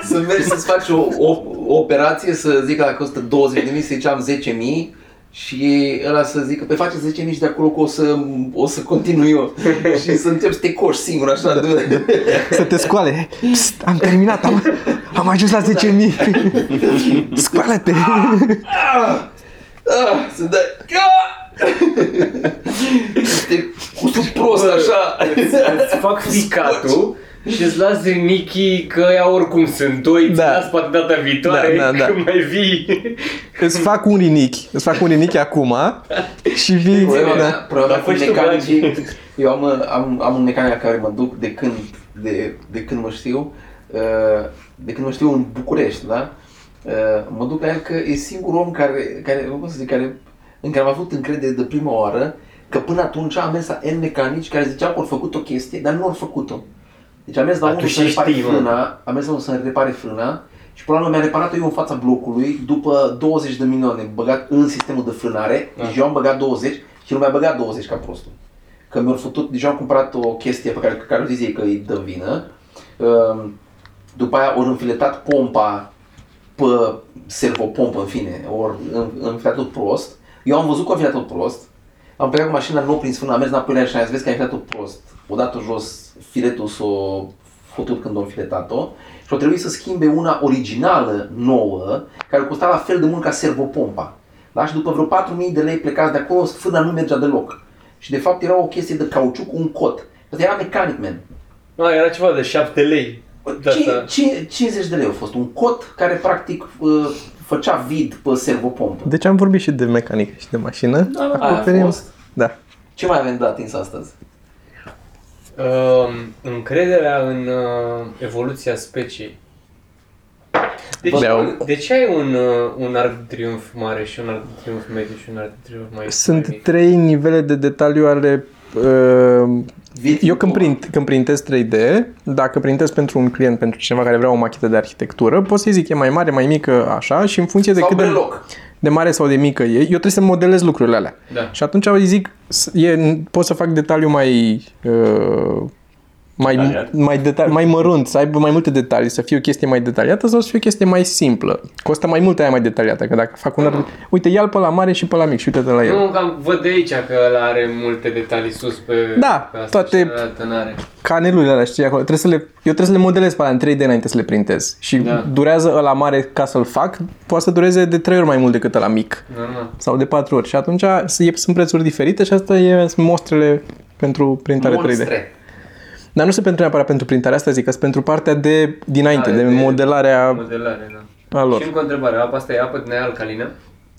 B: Să mergi să-ți faci o, o, o operație, să zic că dacă costă 20.000, să ziceam 10.000 Și ăla să zică, pe face 10 mici de acolo că o să, o să continui eu și să încep să te coși singur așa. de-
A: Să te scoale. Psst, am terminat, am, am ajuns
C: Da.
A: la 10.000. Scoală-te.
B: Ah, să dai... Ah! Să te cusup prost așa.
C: Îți fac ficatul și îți las rinichii că ea oricum sunt doi, îți
A: Da.
C: las poate data viitoare
A: Da, da, da.
C: când mai vii.
A: Îți fac un rinichi, îți fac un rinichi acum și vii.
B: Problema mea,
A: Da.
B: problema
C: Dar
B: mea cu
C: faci tu,
B: mecanicii, eu am, uh, am, am un mecanic la care mă duc de când, de, de când mă știu, uh, de când mă știu în București, da? Uh, Mă duc la el că e singurul om care, care, cum să zic, care, în care am avut încredere de prima oară, că până atunci am mers la N mecanici care ziceau că au făcut o chestie, dar nu au făcut-o. Deci am mers la
C: Dar
B: unul
C: tu
B: să
C: și
B: repare
C: știi, mă.
B: frâna, am mers la unul să repare frâna și până la urmă mi-a reparat eu în fața blocului după 20 de milioane băgat în sistemul de frânare.
C: Da.
B: Deci eu am băgat 20 și nu mi-a băgat 20 ca prostul. Că mi-au făcut, deja am cumpărat o chestie pe care, care zis ei că îi dă vină. Um, După aia ori înfiletat pompa pe servopompă, în fine, ori în- înfiletat tot prost. Eu am văzut că am înfiletat tot prost, am plecat cu mașina, nu o prins frâna, am mers înapoi la ea și am zis, vezi că ai filetat-o prost. O dat-o jos, filetul s-o fătut când am filetat-o și o trebuie să schimbe una originală, nouă, care costa la fel de mult ca servopompa. Da? Și după vreo 4.000 de lei plecați de acolo, frâna nu mergea deloc. Și de fapt era o chestie de cauciuc cu un cot. Asta era mecanic, man.
C: Nu, era ceva de 7 lei. Da,
B: Cin-
C: da.
B: cin- 50 de lei a fost un cot care practic uh, făcea vid pe servopompă.
A: Deci am vorbit și de mecanică și de mașină. Da,
B: da, aia a fost.
A: Da.
B: Ce mai avem de atins astăzi?
C: Uh, încrederea în uh, evoluția speciei. Deci,
A: Beau.
C: de ce ai un, uh, un arc de triumf mare și un arc de triumf mediu și un arc de triumf mai mai
A: Sunt
C: mic?
A: trei nivele de detaliu ale uh,
B: Vid
A: eu când,
B: cu-
A: print, când printez 3D, dacă printez pentru un client, pentru cineva care vrea o machetă de arhitectură, pot să-i zic e mai mare, mai mică, așa, și în funcție de
B: Sau
A: cât de,
B: breloc.
A: de mare sau de mică e, eu trebuie să modelez lucrurile alea.
C: Da.
A: Și atunci îi zic, s- e, pot să fac detaliu mai... Uh, mai,
D: Detaliat.
A: mai, deta- mai mărunt, să aibă mai multe detalii, să fie o chestie mai detaliată sau să fie o chestie mai simplă. Costă mai mult aia mai detaliată, că dacă fac un... ar- Uite, ia-l pe la mare și pe la mic și uite-te la el.
C: Nu, că am- văd de aici că ăla are multe detalii sus pe,
A: Da,
C: pe asta
A: toate-
C: și ălaltă n-are.
A: canelul alea, știi, acolo. Trebuie să le, eu trebuie să le modelez pe alea în 3D înainte să le printez. Și
C: Da.
A: da. durează ăla mare ca să-l fac, poate să dureze de 3 ori mai mult decât ăla mic.
C: Normal.
A: Sau de 4 ori. Și atunci s- e- sunt prețuri diferite și asta e sunt mostrele pentru printare 3D.
B: Monstre.
A: Dar nu sunt pentru neapărat pentru printarea asta, zic că sunt pentru partea de dinainte,
C: Are
A: de,
C: de-
A: modelarea
C: Modelare, da.
A: a
C: Și
A: lor.
C: încă o întrebare, apa asta e apă din aia alcalină?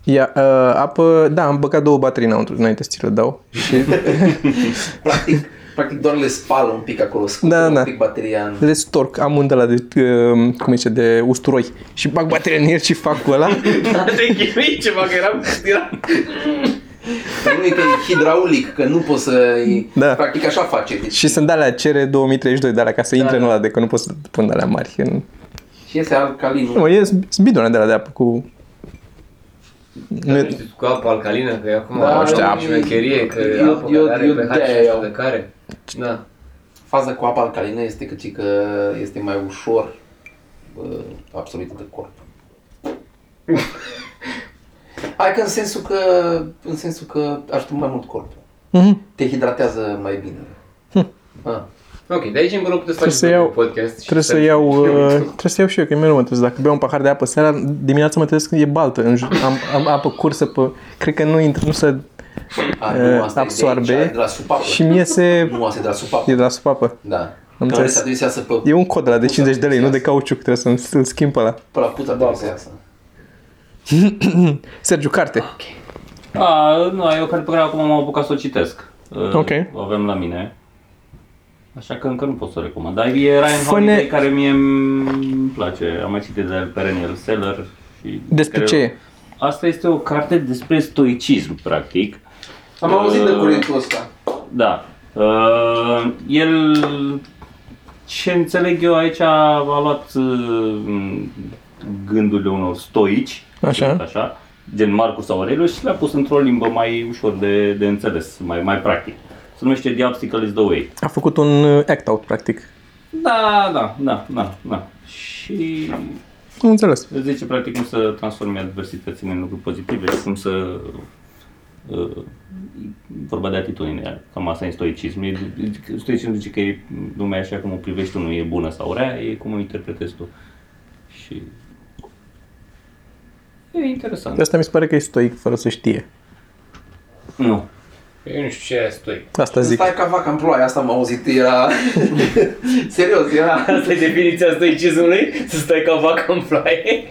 A: Ia, uh, apă, da, am băgat două baterii înăuntru, înainte să ți le dau. Și
B: Practic, practic doar le spală un pic acolo, scutură
A: Da,
B: un
A: da.
B: pic bateria în...
A: le storc, am un de la de, uh, cum zice, de usturoi și bag bateria în el și fac cu ăla.
C: Te chinui ceva, că eram... eram...
B: Că nu e că e hidraulic, că nu poți să...
A: Da.
B: Practic așa face. Deci,
A: Și sunt alea cere 2032 de alea ca să intre
C: da.
A: în ăla de că nu poți să pun de alea mari. În...
B: și este alcalin.
A: Nu, e sunt bidone de alea de apă cu... Nu
C: Nu
A: e...
C: știu, cu apa alcalină, că e acum
B: Da,
C: da,
A: știu,
C: știu,
A: am-
C: șmecherie, că
B: eu-
C: apa
B: eu-
C: care are
B: eu
C: pH
B: de-aia
C: și nu știu
B: iau.
C: de care. Da.
B: Faza cu apa alcalină este că, ci că este mai ușor uh, absorbită de corp. Adică în sensul că, în sensul că ajută mai mult corpul.
A: Mhm.
B: Te hidratează mai bine.
A: Hm.
B: Ah.
C: Ok, de aici încolo puteți
A: Trebuie
C: face
A: să
C: tot
A: iau-
C: un podcast. și
A: Trebuie să
C: stai-
A: iau, uh, trebuie să iau și eu, că mereu mă trezesc. Dacă beau un pahar de apă seara, dimineața mă trezesc că e baltă. În jur. Am, am apă cursă pe... Cred că nu intră, nu se...
B: A, nu, asta
A: absorbe
B: e de, aici, aia e de la supapă.
A: Și mie se...
B: Nu, asta e de la supapă.
A: E de la supapă.
B: Da.
A: Am
B: Am
A: înțeles.
B: înțeles. Trebuie să iasă pe,
A: E un cod ăla de 50 de lei, nu de cauciuc. Trebuie să-mi, să-l schimb pe ăla.
B: pe la
D: Da,
B: puța trebuie să iasă.
A: Sergiu, carte.
D: A, nu, e o carte pe care acum m-am apucat să o citesc. Uh,
A: Ok.
D: O avem la mine. Așa că încă nu pot să o recomand. Dar e Ryan
A: Fă-ne-
D: Holiday care mie îmi place. Am mai citit de el Perennial Seller. Și
A: Despre
D: cred-
A: ce e?
D: Asta este o carte despre stoicism, practic.
B: Am auzit
A: uh,
B: de curentul ăsta.
D: Da. Uh, el, ce înțeleg eu aici, a luat uh, gândurile unor stoici,
A: Așa.
D: așa gen Marcus Aurelius și le-a pus într-o limbă mai ușor de, de înțeles, mai, mai practic. Se numește The Obstacle is the Way.
A: A făcut un uh, act-out, practic.
D: Da, da, da, da, da. Și
A: Am înțeles.
D: îți zice practic cum să transformi adversitățile în lucruri pozitive și cum să uh, vorba de atitudine, cam asta e stoicism. E, stoicism zice că e lumea așa cum o privești tu, nu e bună sau rea, e cum o interpretezi tu. Și e
A: De
D: interesant.
A: asta mi se pare că e stoic fără să știe.
D: Nu.
C: Eu nu știu ce e stoi.
A: Asta zic.
B: Stai ca vaca în ploaie, asta m-a auzit, era... Serios, era...
C: Asta e definiția stoicismului? Să stai ca vacă în ploaie?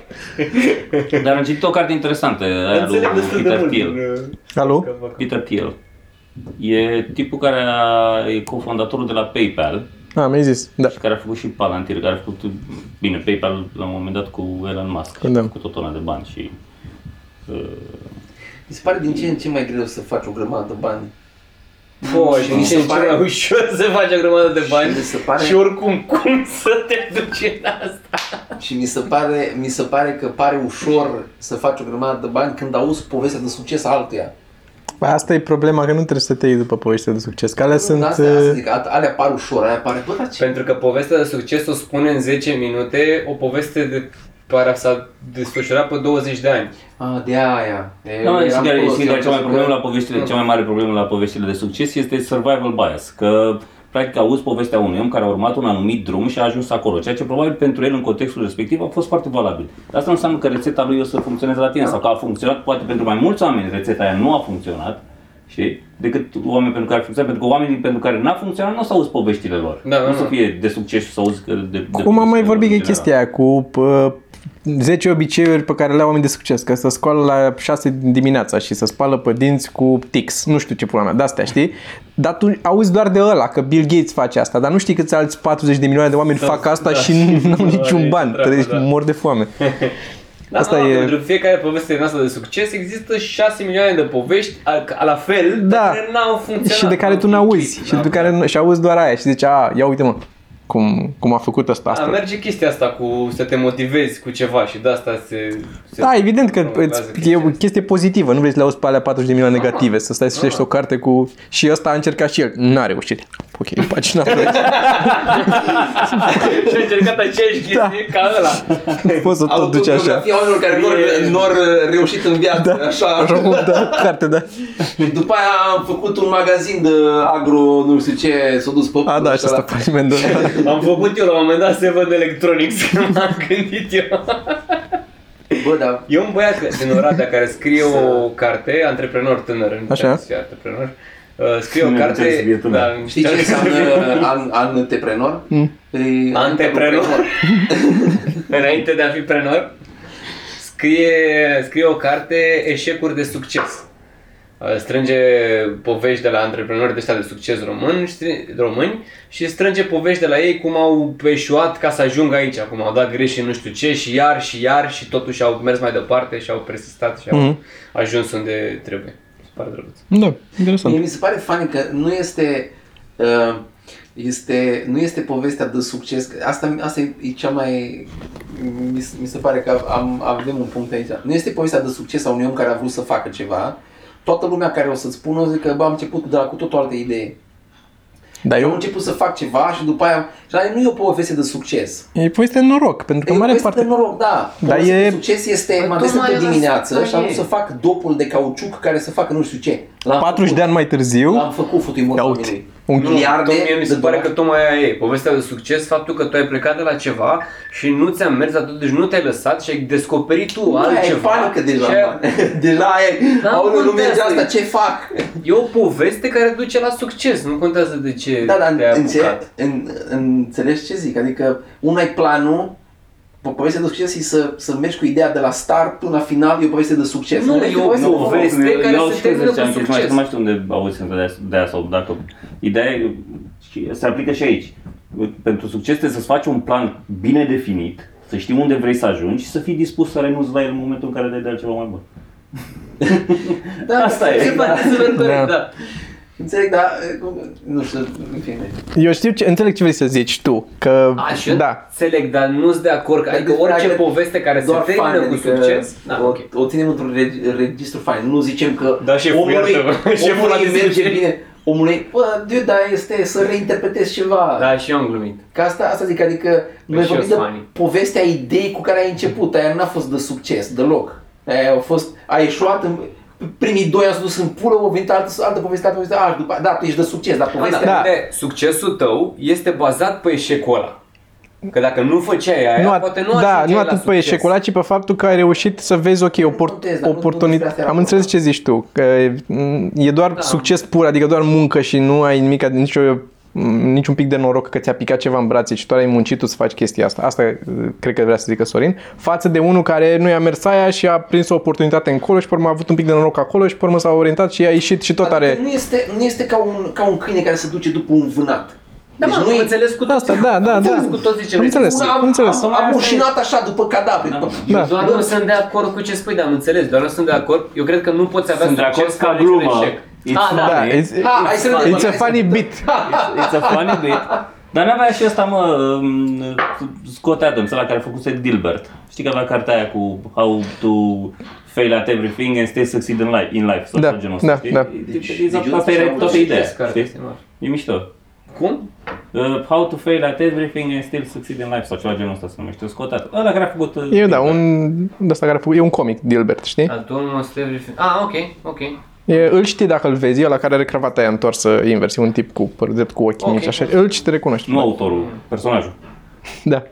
D: Dar am citit o carte interesantă, aia lui
C: Înțeleg destul de
D: Peter
C: mult.
D: Thiel.
C: din,
A: Alo?
C: uh, vacă.
D: Peter Thiel. E tipul care a, e cofondatorul de la PayPal
A: A, mi-ai zis. Da.
D: și care a făcut și Palantir, care a făcut, bine, PayPal la un moment dat cu Elon Musk,
A: Da.
D: a făcut o tonă de bani și
B: Mi se pare din ce în ce mai greu să faci o grămadă de bani.
C: Bă,
B: Și
C: și
B: mi
C: nici
B: se
C: ce
B: pare-
C: mai ușor să faci o grămadă de bani
B: mi se pare-
C: și oricum cum să te duci în asta?
B: Și mi se, pare, mi se pare că pare ușor să faci o grămadă de bani când auzi povestea de succes a altuia.
A: Asta e problema, că nu trebuie să te iei după poveștile de succes. Că alea sunt...
B: Sunt... Asta, asta
A: uh,
B: zic, a- alea par ușor, alea pare, bă, dar ce?
C: Pentru că povestea de succes o spune în 10 minute, o poveste de care s-a desfășurat pe 20 de ani.
B: A, de aia. Eu
D: Da, mă, și
B: eram
D: de,
B: prost,
D: și de
B: eu am
D: cea mai
B: crezut
D: problemă
B: că-
D: la poveștile, cea mai mare problemă la poveștile de succes este survival bias, că practic auzi povestea unui om care a urmat un anumit drum și a ajuns acolo, ceea ce probabil pentru el în contextul respectiv a fost foarte valabil. Dar asta nu înseamnă că rețeta lui o să funcționeze la tine sau că a funcționat poate pentru mai mulți oameni, rețeta aia nu a funcționat, și decât oameni pentru care a funcționat, pentru că oamenii pentru care n-a funcționat nu o să auzi povestile lor.
C: Da, da,
D: nu o să
C: da.
D: fie de succes și să auzi că de, de
A: Cum am mai
D: povestile
A: vorbit
D: lor
A: de
D: în general.
A: chestia aia cu pă, 10 obiceiuri pe care le au oamenii de succes, că să scoală la 6 dimineața și să spală pe dinți cu tix, nu știu ce pula mea, de-astea, știi? Dar tu auzi doar de ăla, că Bill Gates face asta, dar nu știi câți alți 40 de milioane de oameni
C: Da,
A: fac asta și nu au niciun
C: e
A: ban,
C: treabă,
A: trăiesc,
C: da.
A: mor de foame.
C: Da,
A: Asta
C: Asta da,
A: e-
C: e... Pentru fiecare poveste din asta de succes există 6 milioane de povești al, la fel,
A: Da.
C: dar care n-au funcționat.
A: Și de care tu n-auzi și,
C: da.
A: de care, nu- și auzi doar aia și zici, a, ia uite mă, cum, cum a făcut ăsta
C: Da,
A: asta.
C: merge chestia asta cu să te motivezi cu ceva și de asta se... se
A: Da, evident că
C: promovează
A: îți, e
C: chestia
A: o chestie pozitivă, nu vrei să le auzi pe alea 40 de
B: Da.
A: milioane negative, să stai să citești o carte cu... Și ăsta a încercat și el, n-a reușit. Ok, pagina 3.
C: Și a încercat aceeași chestie
A: Da.
C: ca ăla.
A: Poți să tot duci așa.
B: Autobiografia oamenilor care
C: E-
B: n-au- n-au reușit în viață, așa.
A: Așa, mă, da, carte, da.
B: După aia am făcut un magazin de agro, nu știu ce, s-a dus pe...
A: A, da, și
B: ăla.
A: asta faliment da.
C: Am făcut eu la un moment dat se văd electronics, m-am gândit eu.
B: Bă, dar
C: E un băiat din Oradea care scrie o carte, antreprenor tânăr, în
A: Așa.
C: care să fie antreprenor. Uh, scrie o
D: Nu, nu trebuie să fie
C: carte, da,
D: tânăr.
B: știi ce înseamnă an, antreprenor?
A: Hmm.
B: Păi, E-
C: Antreprenor. înainte de a fi prenor, scrie, scrie o carte Eșecuri de succes. Uh, Strânge povești de la antreprenori de ăștia de succes români, stri- români și strânge povești de la ei cum au peșuat ca să ajungă aici, cum au dat greș și nu știu ce și iar și iar și totuși au mers mai departe și au persistat și au ajuns unde trebuie. Mi se pare drăguț.
A: Da,
B: Mie
A: interesant.
B: mi se pare funny că nu este, uh, este, nu este povestea de succes. Asta, asta e e cea mai... Mi, se- mi se pare că am, avem un punct aici. Nu este povestea de succes a unui om care a vrut să facă ceva. Toată lumea care o să-ți spună o zic că bă, am început de la cu tot o altă idee.
A: Dar
B: Eu am
A: eu,
B: început să fac ceva și după aia... Și aia nu e o poveste de succes.
A: e poveste de noroc, pentru că
B: E
A: în
B: o
A: mare
B: poveste de
A: parte...
B: noroc, da.
A: Dar
B: Dar e...
A: e-
B: de succes este
C: Păi
B: mă
C: tocmai
B: desat de
C: asta-
B: dimineață și
C: asta
B: am
C: e.
B: vrut să fac dopul de cauciuc care să facă nu știu ce. L-am
A: 40 de
B: făcut.
A: ani mai târziu,
B: L-am făcut futul
A: Ia
B: imortal.
A: uite, un
B: Nu,
C: Nu,
B: miliarde
C: tot mie mi se
B: de
C: pare
B: dolari.
C: că tocmai aia e. Povestea de succes, faptul că tu ai plecat de la ceva și nu ți-a mers atât, deci nu te-ai lăsat și ai descoperit tu
B: Aia e
C: altceva.
B: panică deja,
C: și
B: mă.
C: aia-
B: Deja e,
C: Da,
B: aoleu, nu merge
C: contează.
B: asta, ce fac?
C: E o poveste care duce la succes, nu contează de ce
B: Da, dar
C: te-ai
B: înțe-
C: apucat.
B: în, înțelegi ce zic? Adică, una e planul, po- povestea de succes e să, să mergi cu ideea de la start până la final, e o poveste de succes.
C: Nu,
B: Înainte
C: e o
B: poveste de
C: nu,
B: succes.
C: poveste care se termină cu succes.
D: Nu mai știu unde auzi de, de aia sau dacă... Ideea e, și se aplică și aici. Pentru succes trebuie să-ți faci un plan bine definit, să știi unde vrei să ajungi și să fii dispus să renunți la el în momentul în care dai de altceva mai bun.
B: Da,
D: Asta e.
B: se
C: Da,
B: pare.
C: super corect,
A: Da.
C: da.
B: Înțeleg, dar nu știu, în fine.
A: eu știu, ce, înțeleg ce vrei să zici tu, că
C: A, și eu
A: da,
C: înțeleg, dar nu-s de acord. că- Adică
B: Despre
C: orice
B: care
C: poveste care se
B: doar
C: termină
B: fain,
C: cu
B: adică
C: succes... Da,
B: o,
C: ok.
B: o ținem într-un reg- registru fain. Nu zicem că
C: Da, șeful,
B: omului,
C: iartă-mă. Șeful a
B: omului
C: zis
B: merge
C: că-
B: bine. Omului, bă, dude, dar este să reinterpretezi ceva.
C: Da, și eu am glumit.
B: Că asta, asta zic, adică noi
C: Păi și
B: vorbim
C: eu
B: de
C: sunt funny.
B: povestea ideii cu care ai început, aia n-a fost de succes deloc. Aia a fost, a ieșuat în, primii doi am dus în pulă, o venit altă, altă poveste, altă poveste, altă, după, da, tu ești de succes, dar
C: Da.
B: povestea...
A: Da.
C: Da. Succesul tău este bazat pe eșecul ăla. Că dacă nu făceai aia,
A: nu, at-
C: poate nu
A: da,
C: ajungeai
A: nu
C: la
A: atât pe
C: succes.
A: eșecul ăla, ci pe faptul că ai reușit să vezi, ok,
B: contez,
A: opor-
B: dar nu- nu despre
A: oportunitate.
B: asta era Da.
A: Am înțeles ce
B: vorba.
A: zici tu, că e, m, e doar succes pur, adică doar muncă și nu ai nimic, nicio, m, niciun pic de noroc că ți-a picat ceva în brațe și tu ai muncit tu să faci chestia asta. Asta e, cred că vrea să zică Sorin. Față de unul care nu i-a mers aia și a prins o oportunitate încolo și pe urmă a avut un pic de noroc acolo și pe urmă s-a orientat și a ieșit și tot
B: Adică
A: are...
B: Nu este, nu este ca, un, ca un câine care se duce după un vânat. Deci
C: Da, mă,
B: nu
C: am
B: e-
C: înțeles cu toți.
A: Asta, da, da,
C: am
A: da.
C: înțeles cu toți ce
A: Am
C: vrei să
A: înțeles,
B: Una,
A: am înțeles.
B: Am, am ușinat așa după cadavre.
D: Da.
B: După,
C: Da.
A: Da.
C: Eu doar nu sunt de acord cu ce spui, dar am înțeles, doar nu sunt de acord. Eu cred că nu poți avea
D: Sunt de acord
C: succes
D: ca
C: fără niciun
D: glumă.
C: eșec.
D: It's
C: Ah, da.
D: not-
A: Da,
D: e-
A: it's,
B: Ha, hai să râdem,
A: it's a
B: hai să
A: funny
B: râdem.
A: bit.
D: It's a funny bit. Dar n-avea și ăsta, mă, um, Scott Adams, ăla care a făcut Dilbert. Știi că avea cartea aia cu How to fail at everything and still succeed in life, in life sau
A: Da,
D: ceva genul ăsta,
A: da,
D: știi?
A: da.
D: Deci,
B: Deci,
D: exact,
B: deci
D: asta
B: eu
D: era
B: am
D: toată
B: citit
D: ideea,
C: cartea,
D: știi?
C: mă.
D: E mișto.
C: Cum?
D: Uh, how to fail at everything and still succeed in life sau ceva genul ăsta se numește. Scott Adams. Ăla care a făcut...
A: E,
D: uh,
A: da,
C: Deci,
D: Dilbert.
A: un, de asta care a făcut, e un comic, Dilbert, știi?
C: Atomul must everything. Ah, ok, ok.
A: E, îl știi dacă îl vezi, la care are cravata aia întoarsă invers, e un tip cu păr drept cu ochii
C: Ok.
A: mici, așa, îl și te recunoști.
D: Nu autorul, personajul.
A: Da.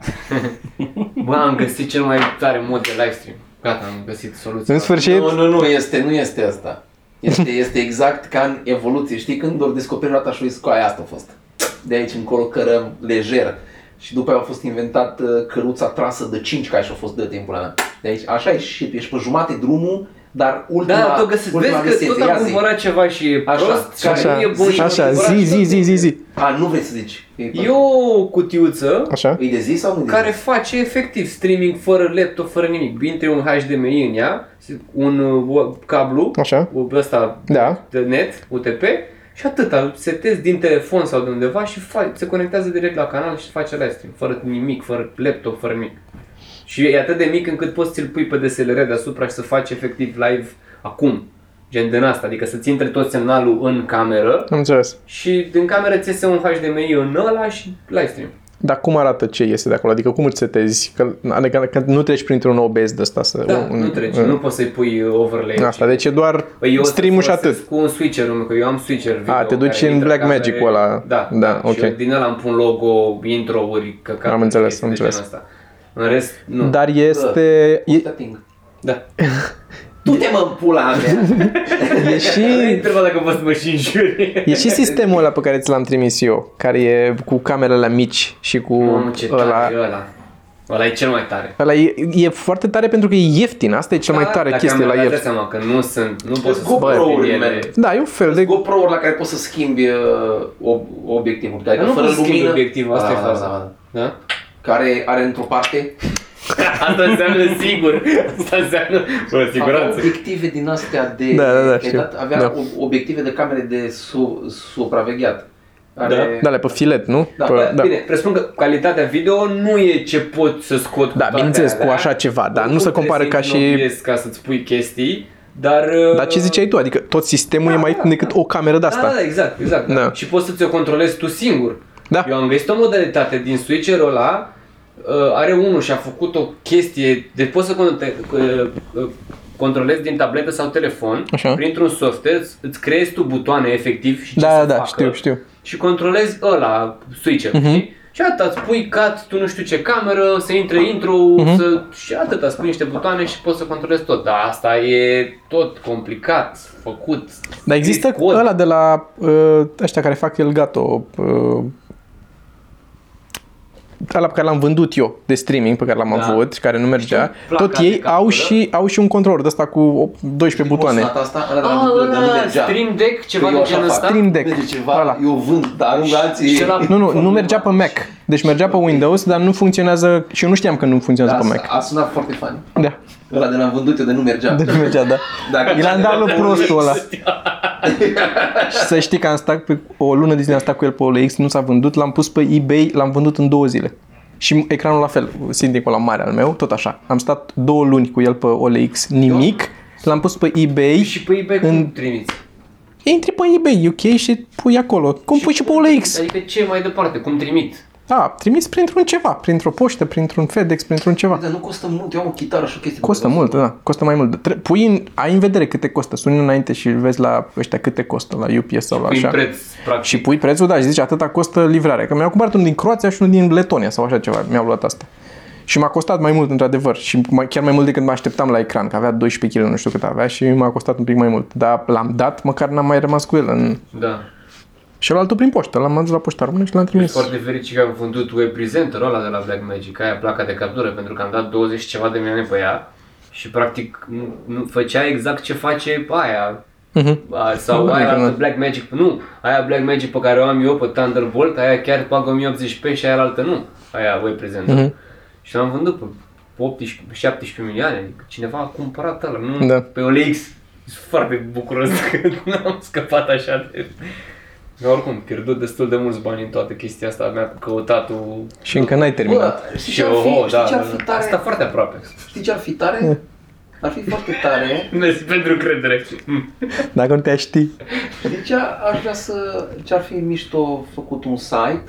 C: Bă, am găsit cel mai tare mod de livestream. Gata, am găsit soluția.
A: În sfârșit,
B: Nu, nu, nu este, nu este asta. Este, este exact ca în evoluție. Știi când doar descoperi roata și scoaia, asta a fost. De aici încolo cărăm lejer. Și după aia a fost inventat uh, căruța trasă de 5 ca și a fost de timpul ăla. De aici, așa e și ești pe jumate drumul, dar ultima,
C: Da, tot găsesc.
B: ultima
C: Vezi că
B: găsețe.
C: tot
B: Ia
C: am
B: zi.
C: cumpărat ceva și e
B: Așa,
C: prost și
A: așa,
C: nu e bun. și am
A: așa,
C: cumpărat
A: zi,
C: și
A: zi,
C: tot
A: zi,
C: e-
A: zi, zi.
B: A, nu vrei să zici. E,
C: E o cutiuță
A: Așa.
B: e de zi sau nu e de
C: care
B: zi?
C: face efectiv streaming fără laptop, fără nimic. Intre un HDMI în ea, un uh, cablu,
A: Așa.
C: o- ăsta
A: Da.
C: de net, UTP, și atâta, îl setezi din telefon sau de undeva și fa- se conectează direct la canal și face live stream, fără nimic, fără laptop, fără nimic. Și e atât de mic încât poți să-l pui pe DSLR deasupra și să faci efectiv live acum. Gen din asta, adică să-ți intre tot semnalul în cameră
A: Am înțeles.
C: și din cameră ți iese un HDMI în ăla și live stream.
A: Dar cum arată ce iese de acolo? Adică cum îți setezi? Că, adică că nu treci printr-un OBS de ăsta să...
C: Da, nu treci, nu poți să-i pui uh, overlay.
A: Asta, deci e doar
C: Păi eu o să
A: stream-ul și
C: folosesc
A: atât.
C: Cu un switcher, că eu am switcher video.
A: te duci
C: care
A: în
C: intră
A: Blackmagic
C: camere-
A: cu ăla.
C: Da,
A: Da, ok.
C: Și eu din ăla îmi pun logo, intro-uri, căcat.
A: Am înțeles,
C: chestii
A: am
C: de
A: înțeles.
C: genul ăsta. În rest, nu.
A: Dar este... E,
B: Stating.
C: Da.
B: Tu te mă în pula mea.
A: e
C: Ai
A: și...
C: întrebat dacă poți să mă și înjuri.
A: E și sistemul ăla pe care ți l-am trimis eu, care e cu camerele mici și cu
C: Mamă, ce
A: ăla,
C: tare e ăla. Ăla e cel mai tare. Da,
A: Ăla e, e foarte tare pentru că e ieftin, asta e cea mai tare
C: Dacă
A: chestie
C: am
A: la
C: dat
A: ieftin.
C: seama că nu sunt, nu pot să
B: Sunt GoPro-urile mele.
A: Da, e un fel de...
B: GoPro-uri la care poți să schimbi uh, ob- obiectivul. Adică
C: Dar nu
B: fără
C: poți să schimbi
B: lumină-
C: obiectivul, asta
B: Da,
C: e
B: da, da,
C: faza.
B: da, da.
C: Da?
B: care are într-o parte
C: Asta înseamnă sigur. Asta înseamnă cu
B: avea
C: siguranță.
B: obiective din astea de
A: Da, da, da,
B: de-
A: știu.
B: avea
A: Da.
B: ob- obiective de camere de su, supravegheat. Are,
A: Da, le pe filet, nu?
B: Da,
A: pe,
C: Bă, Bine, presupun că calitatea video nu e ce pot să scot
A: Da,
C: cu toate
A: bineînțeles, cu
C: alea.
A: așa ceva, dar nu
C: Oricum
A: se compară
C: trebuie să
A: ca și-
C: inoviezi ca să-ți pui chestii, dar...
A: Dar ce ziceai tu? Adică tot sistemul
C: Da,
A: e mai
C: da,
A: ieftin decât o cameră de
C: Da, da,
A: asta.
C: da, exact, exact.
A: Da.
C: Și poți să ți-o controlezi tu singur.
A: Da.
C: Eu am găsit o modalitate din switcherul ăla, uh, are unul și a făcut o chestie, deci poți să conte- uh, uh, controlezi din tabletă sau telefon,
A: Așa.
C: printr-un software, îți- îți creezi tu butoane efectiv și ce
A: Da,
C: să
A: da, da,
C: facă
A: știu, știu.
C: și controlezi ăla, switch
A: Mhm.
C: uh-huh. știi? Și atâta, îți pui cat, tu nu știu ce cameră, să
A: Ah.
C: intre intro
A: Mhm.
C: uh-huh. să... și atâta, îți pui niște butoane și poți să controlezi tot. Dar asta e tot complicat, făcut.
A: Dar există
C: scris cod.
A: ăla de la uh, ăștia care fac el gato. Uh, ăla pe care l-am vândut eu de streaming, pe care l-am
C: Da.
A: avut și care nu mergea,
C: placa
A: tot
C: de
A: ei au
C: captură.
A: și, au și un control de ăsta cu o- 12
B: Cum
A: butoane.
B: sunat Asta, ăla de la
C: Ah,
B: Google, dar nu
C: ăla,
B: mergea.
C: Stream Deck, ceva
B: Că
C: de
B: eu așa
C: genul
B: fac.
C: ăsta.
A: Stream Deck.
B: Merge ceva,
A: Ăla.
B: eu vând, dar arunc alții.
C: și ăla-
A: Nu, nu, nu
B: Problema.
A: mergea pe Mac. Deci mergea pe Windows, dar nu funcționează și eu nu știam că nu funcționează pe
B: Da,
A: Mac.
B: a sunat foarte fain.
A: Da.
B: Ăla de l-am vândut eu, de nu mergea.
A: Deci mergea, da.
B: Dacă
A: I l-am dat lui prostul ăla. și să știi că am stat pe o lună de zile am stat cu el pe OLX, nu s-a vândut, l-am pus pe eBay, l-am vândut în două zile. Și ecranul la fel, sindicul la mare al meu, tot așa. Am stat două luni cu el pe OLX, nimic. L-am pus pe eBay.
C: Și pe eBay cum
A: În-
C: trimiți?
A: Intri pe eBay UK și pui acolo. Cum pui și pe OLX?
C: Adică ce mai departe, cum trimit?
A: A, trimis printr-un ceva, printr-o poștă, printr-un FedEx, printr-un ceva.
B: Dar nu costă mult, eu am o chitară și o chestie.
A: Costă mult, da, costă mai mult. Tre- Pui în, ai în vedere câte costă, suni înainte și vezi la ăștia câte costă, la UPS sau la
C: Prin
A: așa.
C: preț, practic.
A: Și pui prețul, da, și zici atâta costă livrarea. Că mi-au cumpărat unul din Croația și unul din Letonia sau așa ceva, mi-au luat asta. Și m-a costat mai mult, într-adevăr, și mai, chiar mai mult decât mă așteptam la ecran, că avea 12 kg, nu știu cât avea, și m-a costat un pic mai mult. Dar l-am dat, măcar n-am mai rămas cu el. În...
C: Da.
A: Și l-am prin poștă, l-am adus la poșta română și l-am
C: Sunt
A: trimis.
C: Deci foarte fericit că am vândut web presenterul ăla de la Black Magic, aia placa de captură, pentru că am dat 20 ceva de milioane pe ea și practic nu, nu făcea exact ce face aia.
A: Mhm.
C: A, sau
A: Nu,
C: aia
A: adică nu.
C: altă Black Magic, nu, aia Black Magic pe care o am eu pe Thunderbolt, aia chiar pagă 1080 p și aia altă nu, aia web presenterul.
A: Mhm.
C: Și l-am vândut pe 18, 17 milioane, adică cineva a cumpărat ăla, nu
A: Da.
C: pe OLX. Sunt foarte bucuros că n-am scăpat așa de... Eu oricum, pierdut destul de mulți bani în toată chestia asta, mi-a oh, căutat o...
A: Și încă n-ai terminat.
B: Bă, știi ce ar fi,
C: da,
B: știi ce ar fi tare?
C: Asta foarte aproape.
B: Știi ce ar fi
A: Da.
B: tare? Ar fi foarte tare.
C: Mersi Deci, pentru Mm. credere.
A: Dacă nu te-ai ști.
B: Deci a- aș vrea să... Ce ar fi mișto făcut un site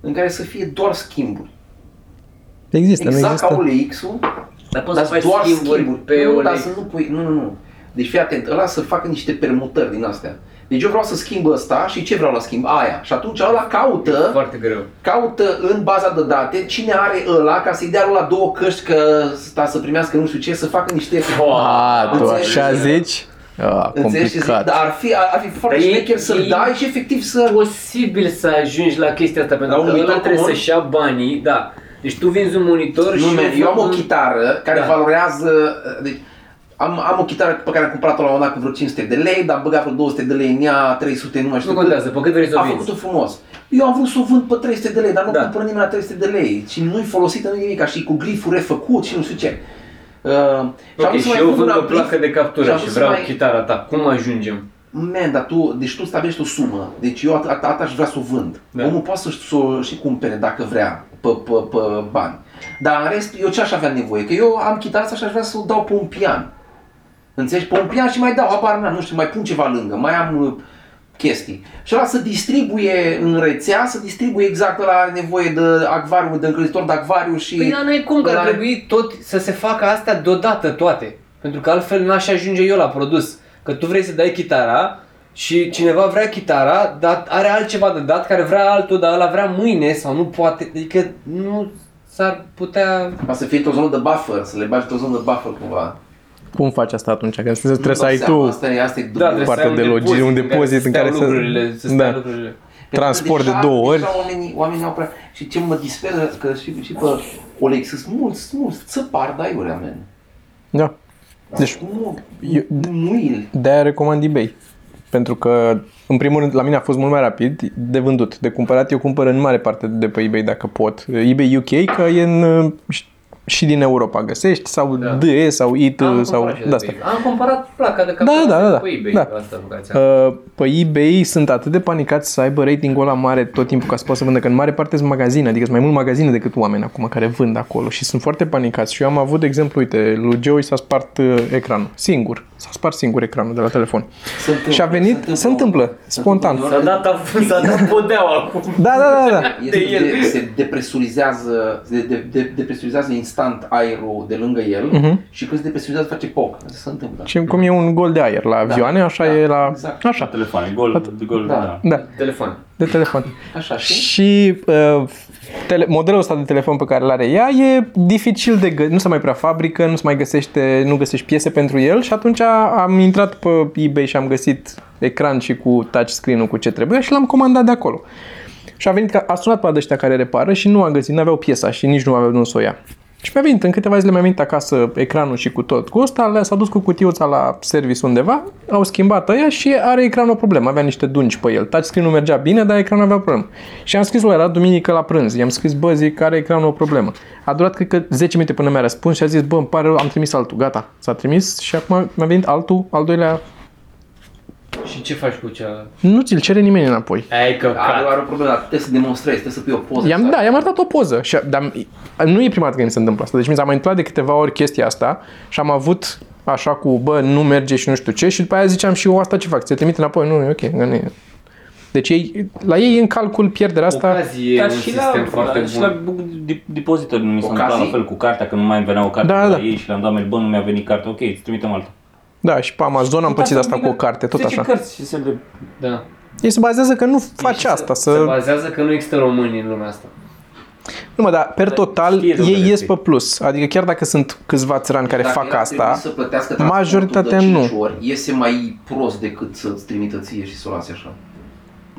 B: în care să fie doar schimburi.
A: Există, nu
B: Exact ca
A: există.
B: OLX-ul,
C: Dar poți
B: dar
C: să faci
B: doar
C: schimburi, pe
B: nu,
C: OLX.
B: dar să nu pui... Nu, nu, nu. Deci fii atent, ăla să facă niște permutări din astea. Deci eu vreau să schimb ăsta și ce vreau la schimb? Aia. Și atunci ăla caută...
C: Foarte greu.
B: caută în baza de date cine are ăla ca să-i dea lui la două căști că sta să primească nu știu ce, să facă niște...
A: A, tu
B: Înțelegi?
A: așa zici? A,
B: Înțelegi ce zic?
A: complicat.
B: Dar ar fi, ar ar fi foarte
C: Dar e-
B: șmecher să-l
C: e-
B: dai și efectiv să...
C: posibil să ajungi la chestia asta, pentru
B: La un
C: că ăla
B: monitor
C: trebuie
B: comun?
C: să-și ia banii, da. Deci tu vinzi un monitor
B: Nu,
C: și...
B: man, eu am o chitară care
C: Da.
B: valorează... Deci, am, am o chitară pe care am cumpărat-o la un dat cu vreo 500 de lei, dar am băgat vreo 200 de lei în ea, 300, nu mai știu
C: Nu contează, pe cât vrei să o
B: A
C: vinzi.
B: făcut-o frumos. Eu am vrut să o vând pe 300 de lei, dar nu
C: Da.
B: da. cumpăr nimeni la 300 de lei. Și nu-i folosită, nu-i nimic, și cu grifuri refăcut și nu știu ce. Uh, și am
C: Ok,
B: vrut să
C: și
B: mai
C: eu
B: pun un
C: vând o
B: amplific-
C: placă de
B: și
C: captură
B: am
C: și
B: vrut să
C: vreau
B: mai-
C: chitara ta. Cum ajungem?
B: Man, dar tu, deci tu stabilești o sumă. Deci eu atât at, aș vrea să o vând.
C: Da.
B: Da. Omul poate să să o și cumpere dacă vrea, pe, pe, pe bani. Dar în rest, eu ce aș avea nevoie? Că eu am chitară asta și aș vrea să o dau pe un pian. Înțelegi? Pe un pian și mai dau, habar n-am, nu știu, mai pun ceva lângă, mai am uh, chestii. Și ăla să distribuie în rețea, să distribuie exact ăla are nevoie de acvariu, de încălzitor de acvariu și...
C: Păi da, n-ai cum, că ar
B: ăla are-
C: trebui tot să se facă astea deodată toate. Pentru că altfel n-aș ajunge eu la produs. Că tu vrei să dai chitara și cineva vrea chitara, dar are altceva de dat care vrea altul, dar ăla vrea mâine sau nu poate. Adică nu s-ar putea...
B: Ca să fie o zonă de buffer, să le bagi o zonă de buffer cumva.
A: Cum faci asta atunci? Că trebuie
B: Nu-mi
A: să ai
B: dau seama,
A: tu
B: Asta e, asta e
C: Da,
B: dubios.
C: trebuie
A: parte
C: să ai un
A: de logi-
C: depozit
A: un depozit în
C: în care să
A: care
C: stea
A: să-
C: lucrurile, să stea
A: da.
C: lucrurile.
A: transport de
B: Deja-
A: două ori.
B: Deja oamenii, oamenii au prea... Și ce mă disperă, că și, și pe Olex, sunt mulți, sunt mulți țăpari de aiurea, man.
A: Da. Deci,
B: Nu,
A: eu-
B: muil.
A: de-aia recomand eBay. Pentru că, în primul rând, la mine a fost mult mai rapid de vândut. De cumpărat, eu cumpăr în mare parte de pe eBay dacă pot. eBay UK, că e în, uh, și- și din Europa găsești, sau
C: Da.
A: DE, sau IT,
C: Am
A: sau
C: cumpărat și de
A: de asta.
C: pe eBay. Am cumpărat placa de
A: Da,
C: captură
A: da, da, da.
C: pe eBay.
A: Da.
C: Asta bucația.
A: Uh, Pe eBay sunt atât de panicați să aibă ratingul ăla mare tot timpul ca să poată să vândă, că în mare parte sunt magazine, adică sunt mai mult magazine decât oameni acum care vând acolo și sunt foarte panicați. Și eu am avut, de exemplu, uite, lui Joey s-a spart uh, ecranul, singur, s-a spart singur ecranul de la telefon.
B: Se întâmplă,
A: și a venit, se întâmplă, spontan.
B: întâmplă.
D: S-a dat, s-a dat podeaua acum.
A: Da, da, da, da.
B: Este
D: De
B: de
D: el.
B: se depresurizează, se de, de, depresurizează instant aerul de lângă el
A: Mhm.
B: și când se depresurizează face poc. Asta se întâmplă.
A: Și cum e un gol de aer la avioane, așa
B: da,
A: e la...
B: exact.
A: Așa,
D: Telefoane, gol, gol,
B: Da.
D: da.
A: da,
C: Telefon.
A: de telefon.
B: Așa, și?
A: Și uh, tele- modelul ăsta de telefon pe care îl are ea e dificil de gă- nu se mai prea fabrică, nu se mai găsește, nu găsești piese pentru el și atunci am intrat pe eBay și am găsit ecran și cu touchscreen-ul cu ce trebuia și l-am comandat de acolo. Și a venit, că a sunat pe ăștia care repară și nu a găsit, nu aveau piesa și nici nu aveau de unde să o ia. Și mi-a venit, în câteva zile mi-a venit acasă ecranul și cu tot cu ăsta, le- s-a dus cu cutiuța la service undeva, au schimbat ăia și are ecranul o problemă, avea niște dungi pe el. Touchscreen-ul mergea bine, dar ecranul avea o problemă. Și am scris lui, era duminică la prânz, i-am scris, bă, zic, are ecranul o problemă. A durat, cred că, 10 minute până mi-a răspuns și a zis, bă, îmi pare rău, am trimis altul, gata. S-a trimis și acum mi-a venit altul, al doilea,
C: Și ce faci cu cea...
A: nu ți-l cere nimeni înapoi.
C: Ai
B: Are,
C: căcat.
B: are o problemă, dar trebuie să demonstrezi, trebuie să pui o poză.
A: I-am,
B: sau-
A: da, i-am arătat o poză. Și, dar nu e prima dată când mi se întâmplă asta. Deci mi s-a mai întâmplat de câteva ori chestia asta și am avut așa cu, bă, nu merge și nu știu ce și după aia ziceam și eu asta ce fac, ți trimit înapoi, nu, e ok, nu e. Deci ei, la ei e în calcul pierderea asta.
C: Ocazie e un
D: Dar și la,
C: sistem foarte
D: și la
C: bun.
D: bu- di- depozitor mi s-a
B: Ocazii?
D: întâmplat la fel cu cartea, când nu mai îmi venea o carte
A: Da,
D: de la
A: da.
D: ei și le-am dat mail, bă, nu mi-a venit cartea, ok, îți trimitem alta.
A: Da, și pe Amazon am pățit asta
D: vine
A: cu o carte, tot
D: 10
A: așa.
D: cărți și se le...
C: Da.
A: Ei se bazează că nu faci asta,
C: se, se
A: să...
C: bazează că nu există români în lumea asta.
A: Nu mă, dar per
D: Dar
A: total
D: știe de unde
A: ei ies
D: vezi.
A: pe plus. Adică chiar dacă sunt câțiva țărani care
B: Dacă
A: fac
B: era
A: asta,
B: trebuit să plătească transportul
A: majoritatea
B: de
A: nu.
B: cinci Ori, iese mai prost decât să-ți trimită ție și să o lase așa.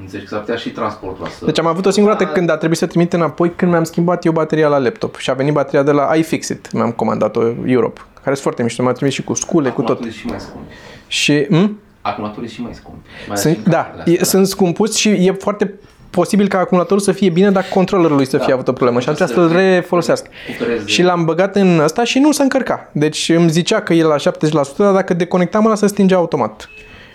B: Înțelegi că s-ar putea și transportul ăla să...
A: Deci am avut o singură dată când a trebuit să trimit înapoi când mi-am schimbat eu bateria la laptop și a venit bateria de la iFixit, mi-am comandat-o Europe, care sunt foarte mișto, mi-a trimis și cu scule, cu tot.
B: Acumulatorul e și mai scump.
A: Și, m?
B: Acumulatorul e și mai scump. Mai ales și
A: Sunt,
B: în
A: da,
B: camerele
A: e,
B: astea,
A: sunt scumpuți și e foarte posibil ca acumulatorul să fie bine, dar controllerul lui să fie avut o problemă și atunci
B: Să
A: să-l
B: le-
A: refolosească.
B: recupereze.
A: Și l-am băgat în ăsta și nu se încărca. Deci îmi zicea că e la 70%, dar dacă deconectam ăla se stingea automat.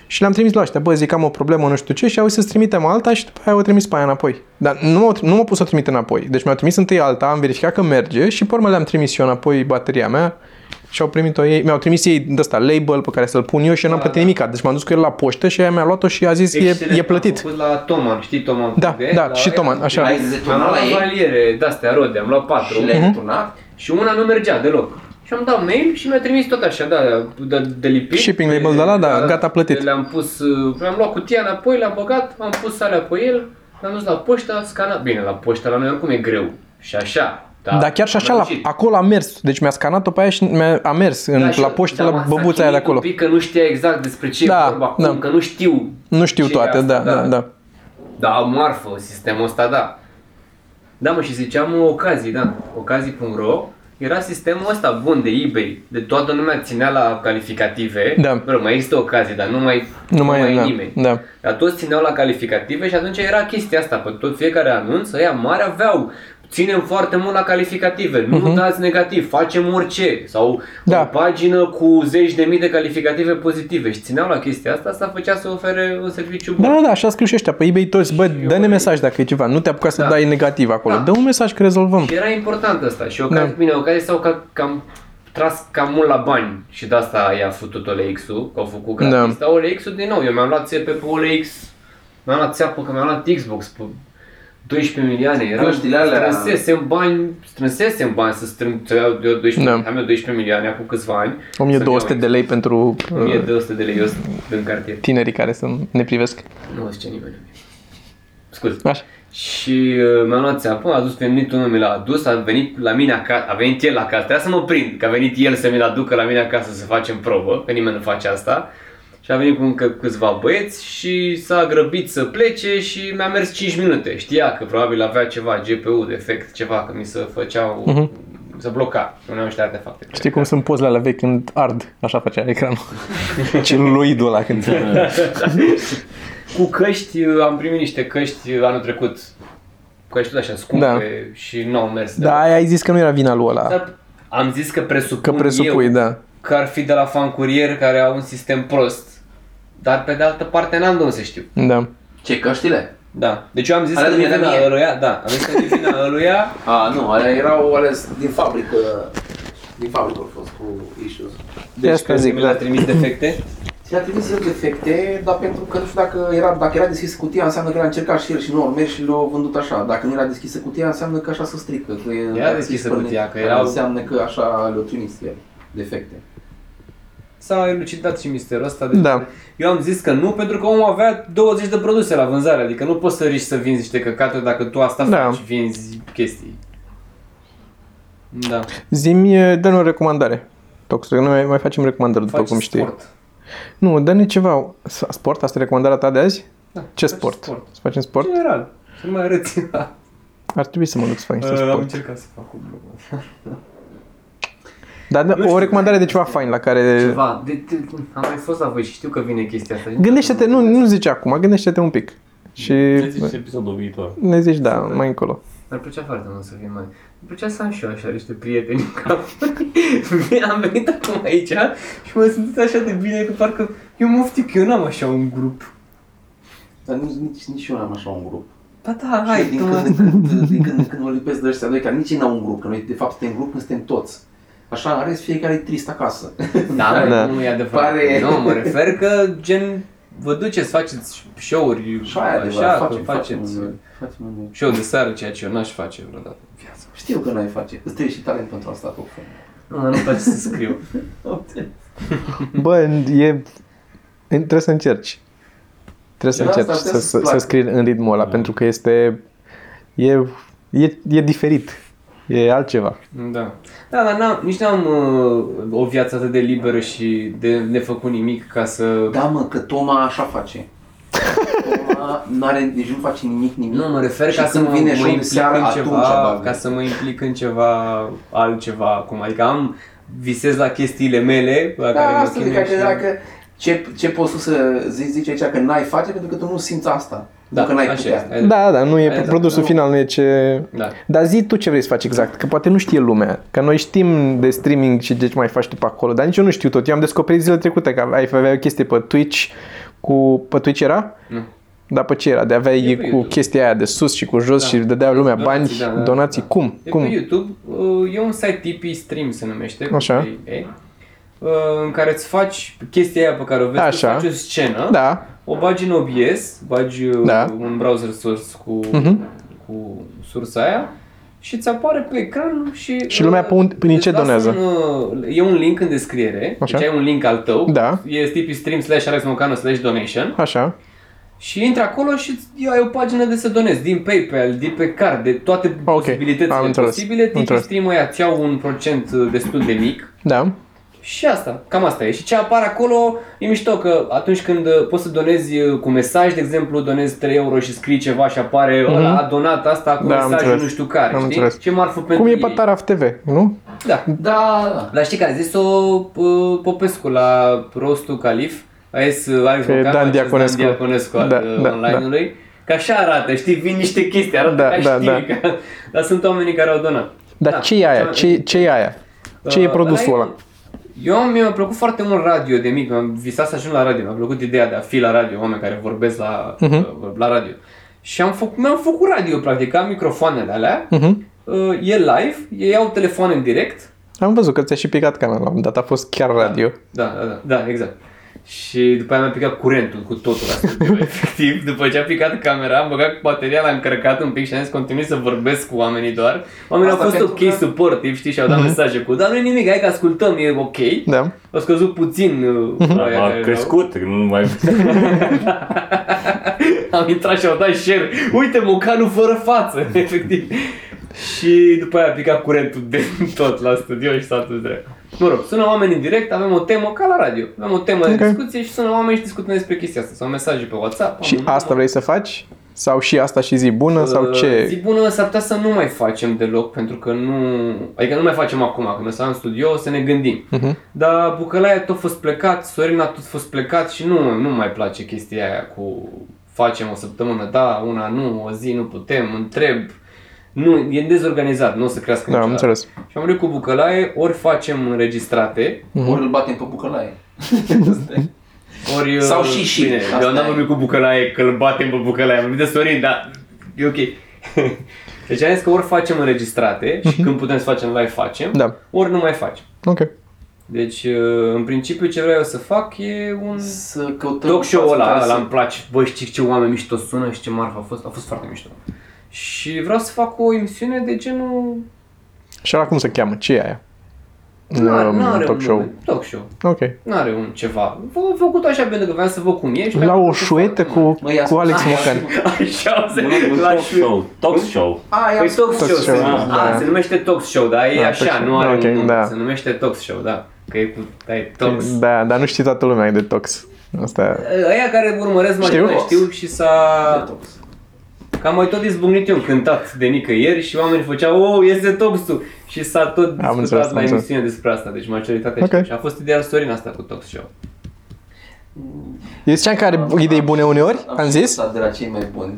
A: Și l-am trimis la ăștia, bă, zic că am o problemă, nu știu ce, și au zis să-ți trimitem alta și după aia au trimis pe aia înapoi. Dar nu m-au, nu m-au pus să trimit înapoi. Deci mi-au trimis întâi alta, am verificat că merge și pe urmă le-am trimis și eu înapoi bateria mea și au primit-o ei, mi-au trimis ei de ăsta, label pe care să-l pun eu și eu n-am plătit nimica. Deci m-am dus cu el la poștă și aia mi-a luat-o și a zis e,
C: Da, Excelent,
A: e
C: am
A: plătit.
C: făcut la Toman, știi Toman?
A: Da,
C: Fugue?
A: da,
C: La-
A: și Toman, așa.
B: L-ai zetonat
C: Am luat
B: la
C: la
B: ei?
C: valiere de-astea rode, am luat patru.
B: Și
A: Mhm.
B: le-ai returnat?
C: Și una nu mergea deloc. Și am dat mail și mi-a trimis tot așa, da, de, de lipit.
A: Shipping label de la, da, gata, plătit.
C: Le-am pus, uh, le-am luat cutia înapoi, l-am băgat, am pus alea pe el, l-am dus la poștă, scanat. Bine, la poștă la noi oricum e greu. Și așa. Da,
A: Dar chiar și așa,
C: am
A: la,
C: reușit.
A: acolo a mers. Deci mi-a scanat-o pe aia și mi-a, a mers în,
C: Da, și-
A: la poștă,
C: dar
A: la
C: m-a
A: băbuța aia de
C: sachinit
A: acolo.
C: Un pic că nu știa exact despre ce
A: Da,
C: e vorba acum,
A: da.
C: că nu știu.
A: Nu știu
C: ce e
A: toate,
C: asta,
A: da, da, da.
C: Da, marfă sistemul ăsta, da. Da, mă, și ziceam uh, ocazii, da. Ocazii.ro era sistemul ăsta bun de eBay, de toată lumea ținea la calificative.
A: Da.
C: Bă, mai există ocazii, dar nu mai,
A: Nu mai e,
C: e
A: da,
C: nimeni.
A: da.
C: Dar toți țineau la calificative și atunci era chestia asta, pe tot fiecare anunț, ăia mari aveau Ținem foarte mult la calificative, nu uh-huh. dați negativ, facem orice sau
A: Mhm. Da.
C: da. o pagină cu zeci de mii de calificative pozitive și țineau la chestia asta, asta făcea să ofere un serviciu bun.
A: Da, da, da, așa scriu și ăștia pe eBay toți, bă, dă-ne mesaj dacă e ceva, nu te apuca să
C: Da.
A: dai negativ acolo,
C: Da.
A: dă un mesaj că rezolvăm.
C: Și era important asta și ocazie,
A: Da.
C: da. bine, ocazie s-au ca, cam tras cam mult la bani și de asta i-a făcut OLX-ul, că au făcut
A: Da.
C: gratis, da. dar OLX-ul din nou, eu mi-am luat țepe pe OLX, mi-am luat țeapă că mi-am luat Xbox pe 12 milioane, era,
B: Căștile alea-
C: strânsesem bani, strânsesem bani să strâng, să iau eu 12,
A: Da.
C: am eu 12 milioane acum câțiva ani,
A: 1200 de lei pentru uh,
C: 1200 de lei eu în cartier,
A: tinerii care să ne privesc.
C: nu o zice nimeni. Scuze.
A: Așa.
C: Și uh, mi-am luat țeapă, a dus pe venitul meu, mi l-a adus, a venit la mine acasă, a venit el acasă, trebuia să mă prind, că a venit el să mi-l aducă la mine acasă să facem probă, că nimeni nu face asta. Și a venit cu încă câțiva băieți și s-a grăbit să plece și mi-a mers 5 minute. Știa că probabil avea ceva, GPU defect, ceva, că mi se făceau,
A: Mhm.
C: uh-huh. se bloca, uneau niște artefacte.
A: Știi cum sunt pozele alea vechi când ard, așa facea ecranul. Celuloidul ăla când...
C: Cu căști, uh, am primit niște căști uh, anul trecut, căști tot așa scumpe
A: Da.
C: și nu au mers.
A: Da, aia ai zis că nu era vina lui ăla,
C: Dar Am zis că presupun,
A: că presupui,
C: Da, eu
A: da.
C: că ar fi de la fan curier care au un sistem prost. Dar pe de altă parte n-am de unde să știu.
A: Da.
B: Ce, căștile?
C: Da. Deci eu am zis
B: Alea
C: că
B: de
C: nu e
B: mine,
C: vina
B: mie.
C: ăluia, da, am zis că nu e vina ăluia.
B: A, nu, alea erau alea s- din fabrică. Din fabrică au fost cu issues.
C: Deci
A: Asta
C: că
A: zic, da.
C: mi l-a trimis defecte.
B: Și a trimis el defecte, dar pentru că nu știu dacă era, dacă era deschisă cutia, înseamnă că l-a încercat și el și nu urmești și l-a vândut așa. Dacă nu era deschisă cutia, înseamnă că așa se strică. Că e-
C: Era deschisă cutia, că erau-
B: Înseamnă că așa le-a trimis el defecte.
C: S-a elucidat și misterul ăsta. De
A: Da.
C: Eu am zis că nu, pentru că omul avea 20 de produse la vânzare. Adică nu poți să riști să vinzi niște căcaturi dacă tu asta
A: Da.
C: faci, vinzi chestii. Da.
A: Zimi, dă-ne o recomandare. Tox, că noi mai- mai facem recomandări, după
C: Faci
A: cum știi.
C: sport.
A: Nu, dă-ne ceva. S- Sport? Asta e recomandarea ta de azi?
C: Da,
A: Ce
C: faci
A: sport?
C: sport.
A: Să facem sport?
C: General. Să nu mai arăți. Da.
A: Ar trebui să mă duc să fac niște
C: Uh, Am
A: sport.
C: încercat să fac un blog.
A: Dar da,
C: Nu
A: o
C: știu,
A: recomandare de
C: da,
A: ceva
C: este
A: fain la care...
C: Ceva, de, de, am mai fost la voi și știu că vine chestia asta.
A: Gândește-te, nu, nu zice acum, gândește-te un pic. Și
D: Deci episodul viitor.
A: ne zici, da,
C: Super.
A: mai încolo.
C: Mi-ar plăcea foarte mult să vin mai. Mi plăcea să am și eu așa niște prieteni în cap. am venit acum aici și mă simt așa de bine că parcă eu mă oftic, eu n-am așa un grup.
B: Dar nici, nici, nici eu n-am așa un grup.
C: Ba da,
B: Hai,
C: hai,
B: din
C: tu
B: când,
C: mă...
B: în când, din când în când mă lipesc de ăștia doi, care nici ei n-au un grup, că noi de fapt suntem grup când suntem toți. Așa, în rest, fiecare e trist acasă.
C: Da,
A: Da.
C: da, nu e adevărat.
B: Pare-
C: Nu, mă refer că gen vă duceți, faceți show-uri,
B: Și aia adevărat,
C: așa, că
B: facem,
C: faceți
B: facem, facem în
C: show de seară, ceea ce eu n-aș face vreodată.
B: viață. Știu că n-ai face, îți trebuie și talent pentru asta, cu
C: Nu, nu place să scriu. Mhm.
A: Bă, e... Trebuie să încerci. Trebuie să
B: Da, asta
A: încerci să,
B: trebuie să-ți
A: să, să
B: placă.
A: scrii în ritmul
C: Da.
A: ăla, pentru că este... E, e, e diferit. E altceva.
C: Da. Da, dar n-am, nici n-am uh, o viață atât de liberă și de nefăcut nimic ca să...
B: Da, mă, că Toma așa face. Toma n-are, nici nu face nimic, nimic.
C: Nu, mă refer
B: Și
C: ca să
B: când
C: mă,
B: vine
C: mă
B: show de
C: implic
B: seară,
C: în
B: atunci
C: ceva,
B: abagă.
C: ca să mă implic în ceva altceva acum. Adică am, visez la chestiile mele, la care
B: Da,
C: mă
B: asta de
C: chinuie
B: care dacă ce, ce poți tu să zici, zici aici că n-ai face pentru că tu nu simți asta.
C: Da,
B: nu că n-ai
C: așa
B: putea.
C: este.
A: Da, da, nu e
C: Exact,
A: produsul
B: nu.
A: final, nu e ce...
C: Da.
A: Dar zi tu ce vrei să faci exact, că poate nu știe lumea. Că noi știm de streaming și de ce mai faci tu pe acolo, dar nici eu nu știu tot. Eu am descoperit zilele trecute că aveai, aveai o chestie pe Twitch cu... Pe Twitch era?
C: Nu.
A: Dar pe ce era? De aveai
C: E
A: cu
C: pe YouTube.
A: chestia aia de sus și cu jos
C: Da.
A: și dădea lumea bani,
C: Donații, da, da,
A: donații.
C: da.
A: Cum?
C: E
A: Cum?
C: pe YouTube, uh, e un site Tipeee Stream se numește, cu
A: Așa.
C: T-I-E, uh, în care îți faci chestia aia pe care o vezi, tu,
A: Așa.
C: faci o scenă,
A: Da.
C: o bagi în OBS, bagi uh,
A: Da.
C: un browser source cu,
A: Mhm.
C: cu sursa aia și îți apare pe ecran și...
A: Și lumea
C: uh,
A: pe unde- prin
C: îți
A: ce
C: lasă
A: donează?
C: Un, uh, e un link în descriere,
A: Așa.
C: deci ai un link al tău,
A: Da.
C: e Tipeee Stream slash Alex Mocanu slash donation.
A: Așa.
C: Și intri acolo și îți- eu ai o pagină de să donezi din PayPal, din pe card, de toate
A: Ok,
C: posibilitățile
A: am înțeles,
C: posibile.
A: am
C: Tipii
A: înțeles.
C: stream ăia îți iau un procent uh, destul de mic.
A: Da.
C: Și asta, cam asta e. Și ce apare acolo e mișto că atunci când uh, poți să donezi uh, cu mesaj, de exemplu, donezi 3 euro și scrii ceva și apare
A: Mhm.
C: mm-hmm. ăla a donat asta cu
A: Da, am
C: mesajul
A: înțeles.
C: nu știu care,
A: Am
C: știi?
A: înțeles.
C: Ce marfă pentru
A: Cum e
C: ei.
A: pe Taraf TV, nu?
C: Da.
B: Da, da.
C: Dar știi că a zis-o uh, Popescu la rostul Calif, a zis uh, Alex
A: Pe
C: Bocan,
A: Dan Diaconescu.
C: Dan Diaconescu al
A: Da,
C: da,
A: da,
C: da, online-ului. Că așa arată, știi, vin niște chestii, arată
A: Da,
C: da, ca
A: da,
C: da, știri, da. Ca... dar sunt oamenii care au donat.
A: Dar
C: Da.
A: ce e aia? Ce, ce e aia? Ce e
C: Uh,
A: produsul
C: dar
A: ăla?
C: Eu mi-a plăcut foarte mult radio de mic, am visat să ajung la radio, mi-a plăcut ideea de a fi la radio, oameni care vorbesc la,
A: Mhm.
C: uh, la radio. Și am făcut, mi-am făcut radio, practic, am microfoanele alea,
A: Mhm.
C: uh, e live, ei au telefoane în direct,
A: Am văzut că ți-a și picat canalul la un moment dat, a fost chiar radio.
C: Da, da, da, da, exact. Și după aia mi-a picat curentul cu totul la studio, efectiv. După ce a picat camera, am băgat bateria, l-am încărcat un pic și am zis continui să vorbesc cu oamenii doar. Oamenii
B: Asta
C: au fost
B: pentru
C: ok,
B: că-
C: suportiv, știi, și au dat mesaje cu da, nu e nimic, hai că ascultăm, e ok.
A: Mhm. Da.
C: Au scăzut puțin uh,
A: Mhm.
C: aia
D: A
C: care
D: crescut, nu mai...
C: erau. Am intrat și au dat share. Uite, mocanul fără față, efectiv. și după aia a picat curentul de tot la studio și s-a dus drept. Mă rog, sună oameni în direct, avem o temă ca la radio. Avem o temă
A: Ok.
C: de discuție și sună oameni și discutăm despre chestia asta. Sau mesaje pe WhatsApp. am
A: Și
C: un
A: asta
C: număr.
A: vrei să faci? Sau și asta și zi bună? Sau
C: Uh, Zi
A: ce?
C: bună, s-ar putea să nu mai facem deloc, pentru că nu... Adică nu mai facem acum, când o să am studio, o să ne gândim.
A: Mhm.
C: Dar Bucălaia tot fost plecat, Sorina tot fost plecat și nu, nu mai place chestia aia cu facem o săptămână, da, una nu, o zi nu putem, întreb. Nu, e dezorganizat, nu o să crească
A: Da, am
C: niciodată.
A: înțeles.
C: Și am vrut cu Bucălaie, ori facem înregistrate,
A: Mhm.
B: Ori îl batem pe bucălaie.
C: ori...
B: Sau
C: uh,
B: și și.
C: Bine,
B: Asta
C: eu n-am
B: e.
C: vorbit cu Bucălaie că îl batem pe Bucălaie, am vorbit de Sorin, dar e ok. Deci am zis că ori facem înregistrate și când putem să facem live facem,
A: Mhm. Da.
C: ori nu mai facem.
A: Ok.
C: Deci, uh, în principiu, ce vreau eu să fac e un
B: Să căutăm...
C: talk show ăla,
B: să-
C: ăla îmi place. Bă, știi ce oameni mișto sună și ce marfă a fost? A fost foarte mișto. Și vreau să fac o emisiune de genul...
A: Și acum cum se cheamă? Ce e aia?
C: N-are-
A: Um,
C: n-are
A: talk
C: un
A: show.
C: nume. Talk show.
A: Ok.
C: N-are un ceva. V-am făcut așa pentru că vreau să văd cum e și
A: La
C: mi-a
A: o
C: plăcut
A: șuetă
C: foarte mult.
A: cu,
B: Măi,
A: cu
B: ascult-
A: Alex
B: Ai,
A: Mocan.
B: ascult-
C: Așa se...
D: Un
C: La
D: talk
C: șuetă.
D: show, talk show.
B: Ai,
C: Păi
B: ascult-
C: Tox Show,
A: Tox
C: se,
A: Show,
C: numește,
A: da.
C: a, Ah, se numește Tox Show, dar e
A: Da,
C: așa,
A: Tox Show.
C: nu are
A: Ok,
C: un nume,
A: da.
C: se numește Tox Show, da. Că e cu, da, e Tox.
A: Da, dar nu știe toată lumea de tox. Asta...
C: Aia care urmăresc mai
A: da. Știu.
C: știu, știu și s-a...
B: Detox.
C: Că am mai tot izbucnit eu cântat de nicăieri și oamenii făceau, oh, este Toxul! Și s-a tot discutat
A: înțeles, am
C: la
A: înțeles.
C: emisiune despre asta, deci majoritatea
A: Ok.
C: okay. Și a fost ideea lui Sorin asta cu Tox Show.
A: Eu ziceam că are idei bune uneori, am zis.
B: Asta de la cei mai buni.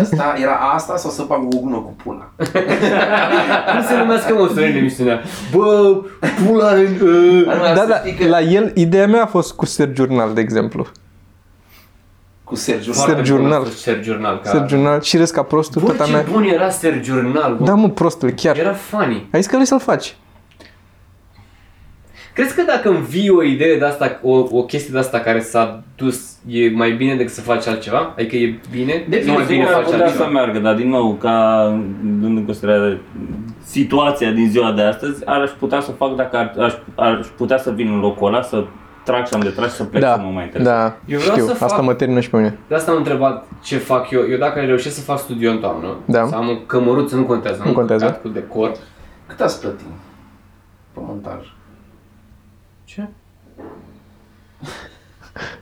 B: Asta era asta sau să bag o gună cu pula?
C: Cum se numească mă Sorin emisiunea? Bă, pula în... Uh,
B: Anume,
A: Da,
B: să
A: da,
B: știi că
A: la el, ideea mea a fost cu Sergiu Urnal, de exemplu.
B: Cu Sergiu.
A: Ser-
C: Foarte bun a
A: Jurnal.
C: fost Ser Jurnal. Ca...
A: Sergiu Urnal și râs ca prostul,
C: Bă,
A: tata
C: ce
A: mea.
C: bun era Ser Jurnal, bă.
A: Da, mă, prostul, chiar.
C: Era funny.
A: Ai zis că vrei să-l faci.
C: Crezi că dacă învii o idee de asta, o, o chestie de asta care s-a dus, e mai bine decât să faci altceva? Adică e bine?
B: Depinde
C: nu mai
B: cum
C: bine
B: ar
D: ar
C: faci
D: putea să
C: altceva.
D: meargă, dar din nou, ca luând în considerare situația din ziua de astăzi, ar- aș putea să fac dacă ar, aș, aș putea să vin în locul ăla, să trag și am de trag și să plec
A: Da,
D: să mă mai interesează.
A: da,
C: Eu vreau
A: știu,
C: să fac-
A: asta mă termină și pe mine.
C: De asta am întrebat ce fac eu. Eu dacă reușesc să fac studio în toamnă,
A: Da.
C: să am o cămăruță, nu contează,
A: Nu contează.
C: căcat cu decor.
B: Cât ați plătit pe montaj?
C: Ce?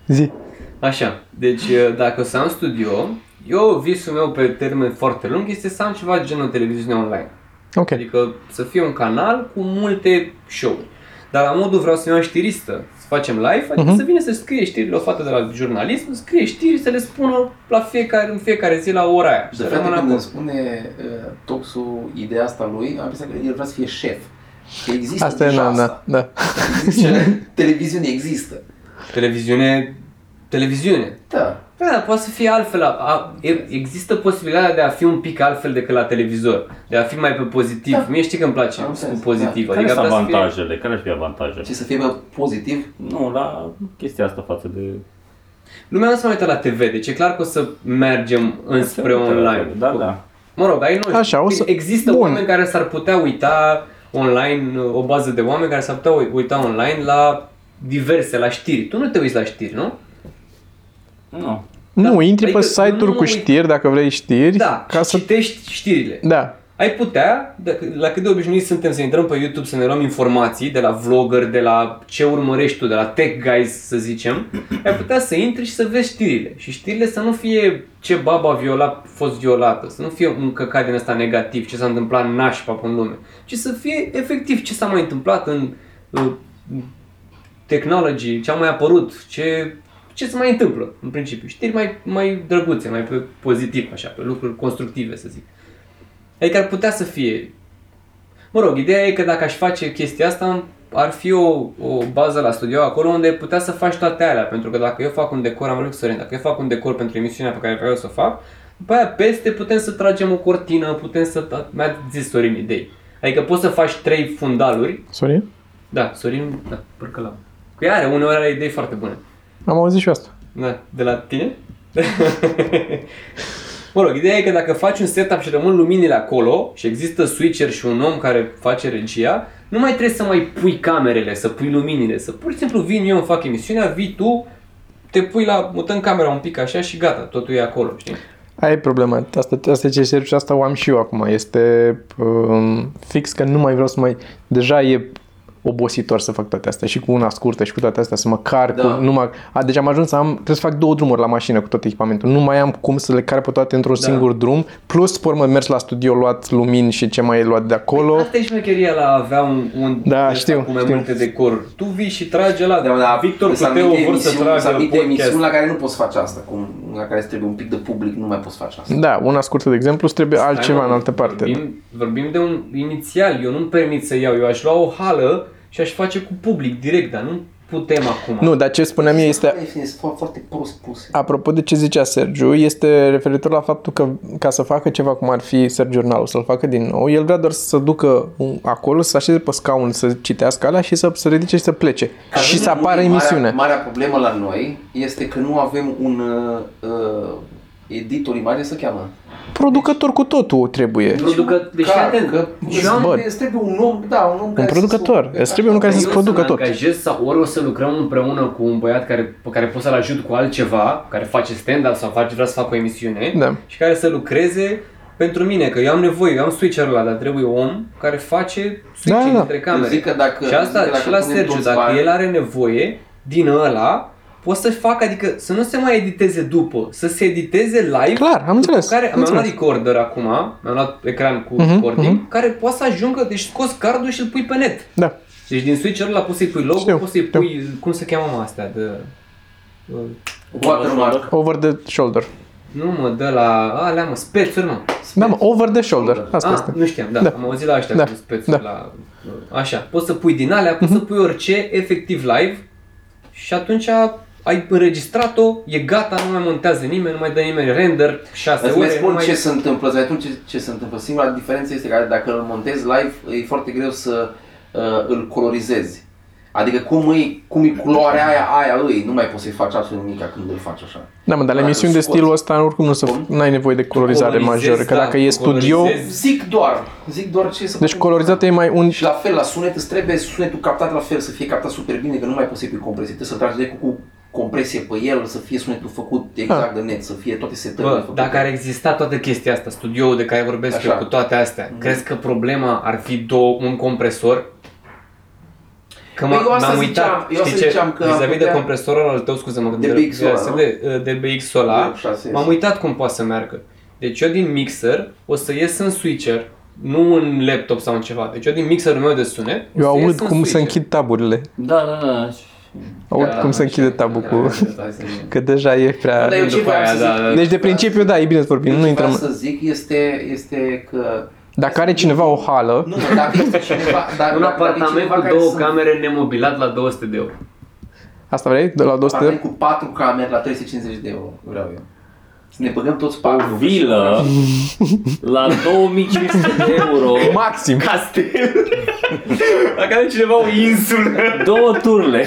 A: Zi.
C: Așa, deci uh, dacă o să am studio, eu visul meu pe termen foarte lung este să am ceva genul televiziune online.
A: Ok.
C: Adică să fie un canal cu multe show-uri. Dar la modul vreau să-mi iau știristă, să facem live, adică
A: Mhm.
C: să vină să scrie știrile o fată de la jurnalism, să scrie știri, să le spună la fiecare, în fiecare zi la ora aia.
B: De
C: Să
B: fapt,
C: rămână
B: când
C: acolo.
B: îmi spune uh, Toxu ideea asta lui, am impresia că el vrea să fie șef. Că există
A: Asta e,
B: deja
A: da,
B: asta.
A: da, da.
B: Există, televiziune există.
C: Televiziune, televiziune.
B: Da.
C: Da, dar poate să fie altfel. A, a, e- există posibilitatea de a fi un pic altfel decât la televizor. De a fi mai pe pozitiv.
B: Da.
C: Mie știi că îmi place
B: Am înțeles, da.
C: cu pozitiv.
D: Care
C: Adică ar
D: sunt
C: putea să fie-
D: avantajele? Care ar fi avantajele?
B: Ce să fie mai pozitiv,
D: Nu, la chestia asta față de...
C: Lumea nu se mai uită la TV, deci e clar că o să mergem înspre online.
D: Da, da.
C: Mă rog, ai noi.
A: Așa, o să-
C: Există
A: Bun.
C: oameni care s-ar putea uita online, o bază de oameni care s-ar putea ui- uita online la diverse, la știri. Tu nu te uiți la știri, nu?
D: Nu.
A: Nu, intri
C: adică
A: pe
C: nu
A: site-uri cu
C: uit-
A: știri dacă vrei știri.
C: Da,
A: ca să...
C: citești știrile.
A: Da,
C: Ai putea, dacă- la cât de obișnuiți suntem să intrăm pe YouTube, să ne luăm informații de la vlogger, de la ce urmărești tu, de la tech guys, să zicem, ai putea să intri și să vezi știrile. Și știrile să nu fie ce baba viola a fost violată, să nu fie un căcat din ăsta negativ, ce s-a întâmplat nașpa pe în lume, ci să fie efectiv ce s-a mai întâmplat în uh, technology, ce a mai apărut, ce, ce se mai întâmplă, în principiu. Știri mai, mai drăguțe, mai pe pozitiv, așa, pe lucruri constructive, să zic. Adică ar putea să fie. Mă rog, ideea e că dacă aș face chestia asta, ar fi o, o bază la studio acolo unde putea să faci toate alea. Pentru că dacă eu fac un decor, am vorbit cu Sorin, dacă eu fac un decor pentru emisiunea pe care vreau să o fac, după aia peste putem să tragem o cortină, putem să... Mi-a zis Sorin idei. Adică poți să faci trei fundaluri.
A: Sorin? la
C: Da, Sorin, da, părcălam. Că ea are, uneori are idei foarte bune.
A: Am auzit și eu asta.
C: Da, de la tine? mă rog, ideea e că dacă faci un setup și rămân luminile acolo și există switcher și un om care face regia, nu mai trebuie să mai pui camerele, să pui luminile, să pur și simplu vin eu, îmi fac emisiunea, vii tu, te pui la, mutăm camera un pic așa și gata, totul e acolo, știi?
A: Aia e problema. Asta, asta e ce cer și asta o am și eu acum. Este um, fix că nu mai vreau să mai... Deja e obositor să fac toate astea și cu una scurtă și cu toate astea să mă car
B: Da.
A: da. cu, numai, a, deci am ajuns să am, trebuie să fac două drumuri la mașină cu tot echipamentul, nu mai am cum să le car pe toate într-un
C: Da.
A: da. singur drum, plus pe urmă mergi la studio, luat lumini și ce mai e luat de acolo,
C: Păi Asta e șmecheria la a avea un, un
A: Da,
C: ăsta
A: știu,
C: cu mai
A: știu.
C: multe decoruri. Tu vii și tragi la,
B: Da, da,
C: Victor cu
B: sunt
C: Teo
B: anumite
C: vor să
B: emisiuni-
C: tragă
B: sunt anumite
C: podcast.
B: emisiuni la care nu poți face asta, cum, la care îți trebuie un pic de public, nu mai poți face asta.
A: da, una scurtă de exemplu, îți trebuie altceva
C: Hai, mă,
A: în altă parte. da.
C: Vorbim, vorbim de un inițial, eu nu-mi permit să iau, eu aș lua o hală și aș face cu public direct, dar nu putem acum.
A: Nu, dar ce spuneam eu este
B: Sunt foarte prost puse.
A: Apropo de ce zicea Sergiu, este referitor la faptul că ca să facă ceva cum ar fi Sergiu Jurnalul, să-l facă din nou, el vrea doar să se ducă acolo, să se așeze pe scaun, să citească alea și să se ridice și să plece.
B: Ca
A: și
B: vezi,
A: să apară
B: marea-
A: emisiunea.
B: Marea problemă la noi este că nu avem un uh, uh, editor imagine să cheamă.
A: Producător cu totul trebuie.
C: Producător, deci fii
B: Clar,
C: atent,
B: că
C: eu
B: îți
C: am-
A: Bă.
B: îți trebuie un om, da, un om care să-
A: producător. Îți trebuie unul care
C: Eu
A: să-ți producă
C: să
A: tot.
C: angajez sau ori o să lucrăm împreună cu un băiat care, pe care pot să-l ajut cu altceva, care face stand-up sau face, vrea să facă o emisiune
A: Da.
C: și care să lucreze pentru mine, că eu am nevoie, eu am switcherul ăla, dar trebuie om care face switch
A: Da, da.
C: între
B: Eu
C: camere.
B: zic că dacă,
C: Și asta
B: zic că dacă
C: și la
B: punem
C: Sergiu,
B: toți
C: dacă
B: bani-
C: el are nevoie din ăla, poți să facă, adică să nu se mai editeze după, să se editeze live.
A: Clar, am
C: după
A: înțeles,
C: Care,
A: am
C: mi-am luat
A: înțeles.
C: recorder acum, mi-am luat ecran cu
A: Mhm,
C: recording,
A: mhm.
C: care poate să ajungă, deci scoți cardul și îl pui pe net.
A: Da.
C: Deci din switch-ul ăla poți să-i pui logo,
A: Știu,
C: poți să-i
A: știu.
C: pui, cum se cheamă mă, astea, de... uh,
B: Watermark.
A: Da, Over the shoulder.
C: Nu mă, de la, alea mă, spețuri mă.
A: Da, mă, over the shoulder. Asta
C: Ah,
A: este.
C: nu știam, da,
A: Da.
C: am auzit la ăștia
A: Da.
C: cu spețuri,
A: Da. Mhm.
C: la... Așa, poți să pui din alea, poți să pui orice, efectiv live și atunci ai înregistrat-o, e gata, nu mai montează nimeni, nu mai dă nimeni render, 6
B: Îți mai
C: ore, nu
B: spun
C: mai...
B: ce se întâmplă, îți mai spun ce, ce se întâmplă. Singura diferență este că dacă îl montezi live, e foarte greu să uh, îl colorizezi. Adică cum e, cum e culoarea aia, aia lui, nu mai poți să-i faci absolut nimic când îl faci așa.
A: Da, mă, dar la
B: Da,
A: emisiuni de
B: scoți.
A: stilul ăsta oricum nu să, n-ai nevoie de colorizare
C: colorizezi,
A: majoră, că
C: da,
A: dacă e
C: tu
A: studio,
C: colorizezi.
B: Zic doar, zic doar ce să
A: deci
B: facem.
A: colorizată e mai un...
B: Și la fel, la sunet îți trebuie sunetul captat la fel, să fie captat super bine, că nu mai poți să-i pui compresie. Trebuie să tragi direct cu compresie pe el, să fie sunetul făcut
A: Da.
B: exact de net, să fie toate setările
C: Bă,
B: făcute.
C: dacă ar exista toată chestia asta, studioul de care vorbesc
B: Așa.
C: Așa. eu cu toate astea, mm. crezi că problema ar fi două, un compresor? Că
B: Păi
C: m-a,
B: eu asta
C: am uitat,
B: ziceam, eu asta
C: știi ce,
B: ziceam că am
C: vis-a-vis de
B: putea-
C: compresorul al tău, scuze mă,
B: De BX Solar, nu?
C: de, de BX Solar,
B: De
C: m-am uitat cum poate să meargă. Deci eu din mixer o să ies în switcher, nu în laptop sau în ceva. Deci eu din mixerul meu de sunet o
A: Eu
C: să ies
A: aud
C: în
A: cum se
C: switcher.
A: închid taburile,
D: Da, da, da.
A: aud
C: Da,
A: cum se
C: așa,
A: închide tabul
C: da,
A: cu...
C: așa, hai să ne-
A: Că deja e prea...
B: Dar eu ce
C: După
B: vreau
C: aia,
B: să
C: da,
B: zic?
C: da.
A: Deci de principiu, da, e bine să vorbim,
C: Deci
A: nu
B: ce
A: intrăm...
B: vreau să zic este, este că...
A: Dacă are cineva o hală,
B: Nu, mă, dacă este cineva, dar, dacă
C: Un
B: e
C: apartament
B: cineva
C: cu
B: care
C: două
B: sunt-
C: camere nemobilat la 200 de euro.
A: asta vrei? De la 200 de
B: Apartament cu patru camere la 350 de euro, vreau eu. Să ne băgăm toți patru.
D: O vilă la 2500 de euro,
A: Maxim!
C: castel. Dacă are cineva o insulă.
D: două turle.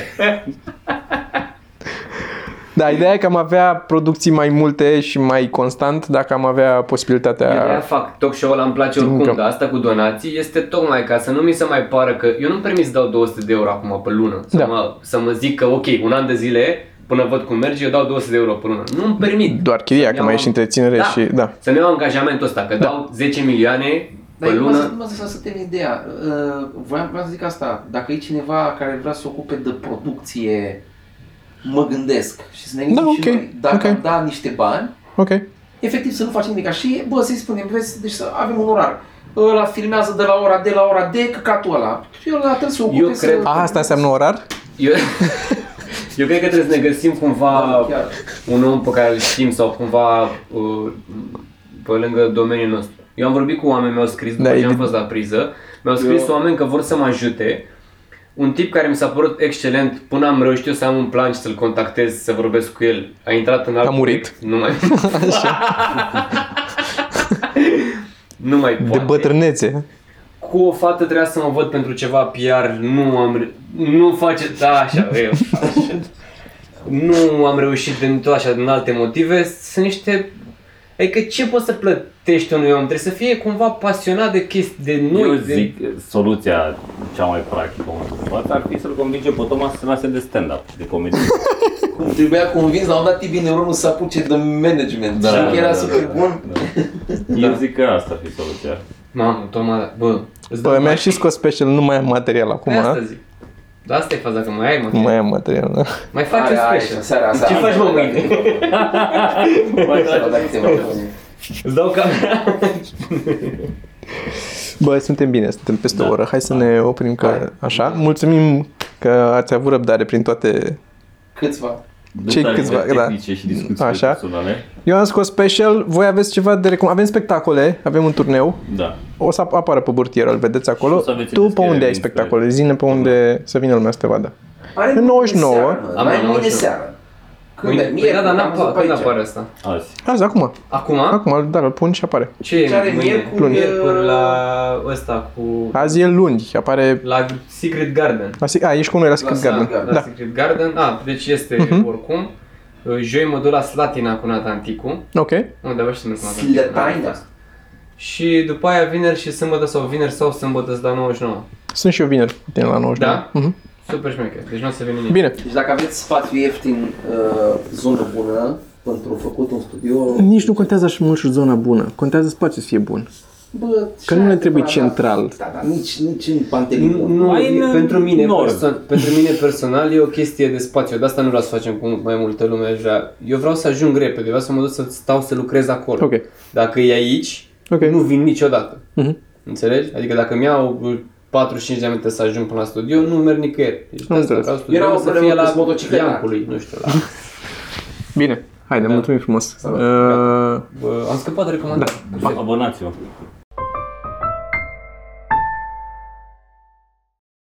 A: Da, ideea e că am avea producții mai multe și mai constant dacă am avea
C: Eu de
A: posibilitatea...
C: fac talk show ăla îmi place oricum,
A: Încă.
C: dar asta cu donații este tocmai ca să nu mi se mai pară că eu nu-mi permit să dau 200 de euro acum pe lună. Să,
A: Da.
C: mă, să mă zic că ok, un an de zile până văd cum merge, eu dau 200 de euro pe lună. Nu-mi permit.
A: Doar chiria, că
C: Să-mi
A: mai
C: iau-
A: ești întreținere
C: Da.
A: și... Da.
C: Să-mi iau angajamentul ăsta, că dau 10 milioane
B: Dar
C: pe
B: eu
C: lună.
B: Păi nu mă să, să termin ideea. Uh, voiam, vreau să zic asta. Dacă e cineva care vrea să se ocupe de producție, mă gândesc și să ne gândim
A: Da,
B: și
A: ok,
B: noi. Dacă
A: ok.
B: am da niște bani,
A: Ok.
B: efectiv să nu facem nimic. Și, bă, să-i spunem, vezi, deci să avem un orar. Ăla filmează de la ora D la ora D, căcatul ăla. Și ăla trebuie să ocupe
C: Eu
B: să...
C: cred-
A: A, asta înseamnă orar?
C: Eu, eu cred că trebuie să ne găsim cumva
B: Da, chiar.
C: un om pe care îl știm sau cumva uh, pe lângă domeniul nostru. Eu am vorbit cu oameni, mi-au scris după
A: Da,
C: ce am
A: evident.
C: fost la priză, mi-au scris
B: Eu-
C: oameni că vor să mă ajute. Un tip care mi s-a părut excelent, până am reușit eu să am un plan și să-l contactez, să vorbesc cu el, a intrat în alt
A: murit.
C: proiect, Nu mai... nu mai poate
A: De bătrânețe.
C: cu o fată trebuia să mă văd pentru ceva PR, nu am, re- nu face, da, așa, eu, așa. Nu am reușit din tot așa, din alte motive, sunt niște, adică ce poți să plătești unui om? Trebuie să fie cumva pasionat de chestii, de noi,
D: Eu
C: de...
D: zic, soluția cea mai practică în momentul de față ar fi să-l convinge pe Toma să se lase de stand-up, de comedie.
B: Cum trebuia convins, la un dat Tibi Neuronul să apuce de management. Da, și da, era da, super da, bun.
D: Da. Eu zic că asta ar fi soluția.
C: Mamă, Toma, da, bă, îți
A: Bă,
C: dau
A: Păi, mi-a
C: bani.
A: și scos special, nu mai am material
C: Păi
A: acum.
C: asta zic. Da, asta e faza, că mai ai,
A: Nu
C: mă,
A: mai am material. da.
C: mai faci un special.
B: Seara asta.
C: Ce faci, mă, mâine?
D: Mai
B: Seara
D: faci-
B: dacă te mai-
C: Îți dau camera.
A: Bă, suntem bine, suntem peste
D: Da.
A: o oră. Hai să ne oprim că așa. Mulțumim că ați avut răbdare prin toate
B: Câțiva.
A: Cei
D: Detalii
A: câțiva, da.
D: tehnice și discuții
A: Așa.
D: personale.
A: Eu am scos special, voi aveți ceva de recom... Avem spectacole, avem un turneu,
D: Da.
A: o să apară pe burtier, îl vedeți
D: Și o
A: acolo.
D: să aveți
A: Tu pe
D: deschidere
A: unde ai
D: din
A: spectacole? Zine pe unde să vină lumea să te vadă.
B: Are
A: În 99.
C: Am
B: Mai
C: în
B: mâine
C: 99.
B: seară. Când
C: Mâine,
B: e?
C: păi da, dar
B: Miercuri, am
C: n-apare,
B: văzut
C: când
B: pe aici.
C: apare asta?
D: Azi.
A: Azi, acum.
C: Acum?
A: Acum, da, îl pun și apare.
C: Ce e
B: Ce are
C: mâine?
B: miercuri, uh,
C: miercuri la ăsta cu...
A: Azi e luni, apare...
C: La Secret Garden.
A: la Sig- A, ești cu noi la Secret
B: Secret
A: Garden.
B: Garden,
C: La
A: Da.
C: Secret Garden. A, deci este uh-huh. oricum. Joi mă duc la Slatina cu Natanticu.
A: Ok.
C: Nu, de să nu
B: Slătaina.
C: Și după aia vineri și sâmbătă sau vineri sau sâmbătă sunt la 99.
A: Sunt și eu vineri cu tine la 99.
C: Da?
A: Mhm.
C: Super șmecher. Deci nu o să vină nimic.
A: Bine.
B: Deci dacă aveți spațiu ieftin, uh, zonă bună, pentru făcut un studio...
A: Nici nu contează așa mult și zona bună. Contează spațiul să fie bun.
B: Bă,
A: Că nu ne
B: ce
A: trebuie
B: da,
A: central.
B: Da, da, nici, nici în Pantelimon.
C: Nu,
D: Mai în
C: pentru mine,
D: nord.
C: perso- pentru mine personal e o chestie de spațiu, de asta nu vreau să facem cu mai multă lume deja. Eu vreau să ajung repede, vreau să mă duc să stau să lucrez acolo.
A: Ok.
C: Dacă e aici,
A: Ok.
C: nu vin niciodată.
A: Mhm.
C: Înțelegi? Adică dacă mi iau uh, 45 de minute să ajung până la studio, nu merg nicăieri. Deci de asta
A: înțeles.
C: vreau studioul
B: Era o
C: să
B: problemă
C: fie
B: cu
C: la
B: motocicleta.
C: Iancului, nu știu, la...
A: Bine. Haide, mulțumim frumos.
C: Gata.
A: Uh, Da.
C: Bă, am scăpat de recomandare.
D: Abonați-vă.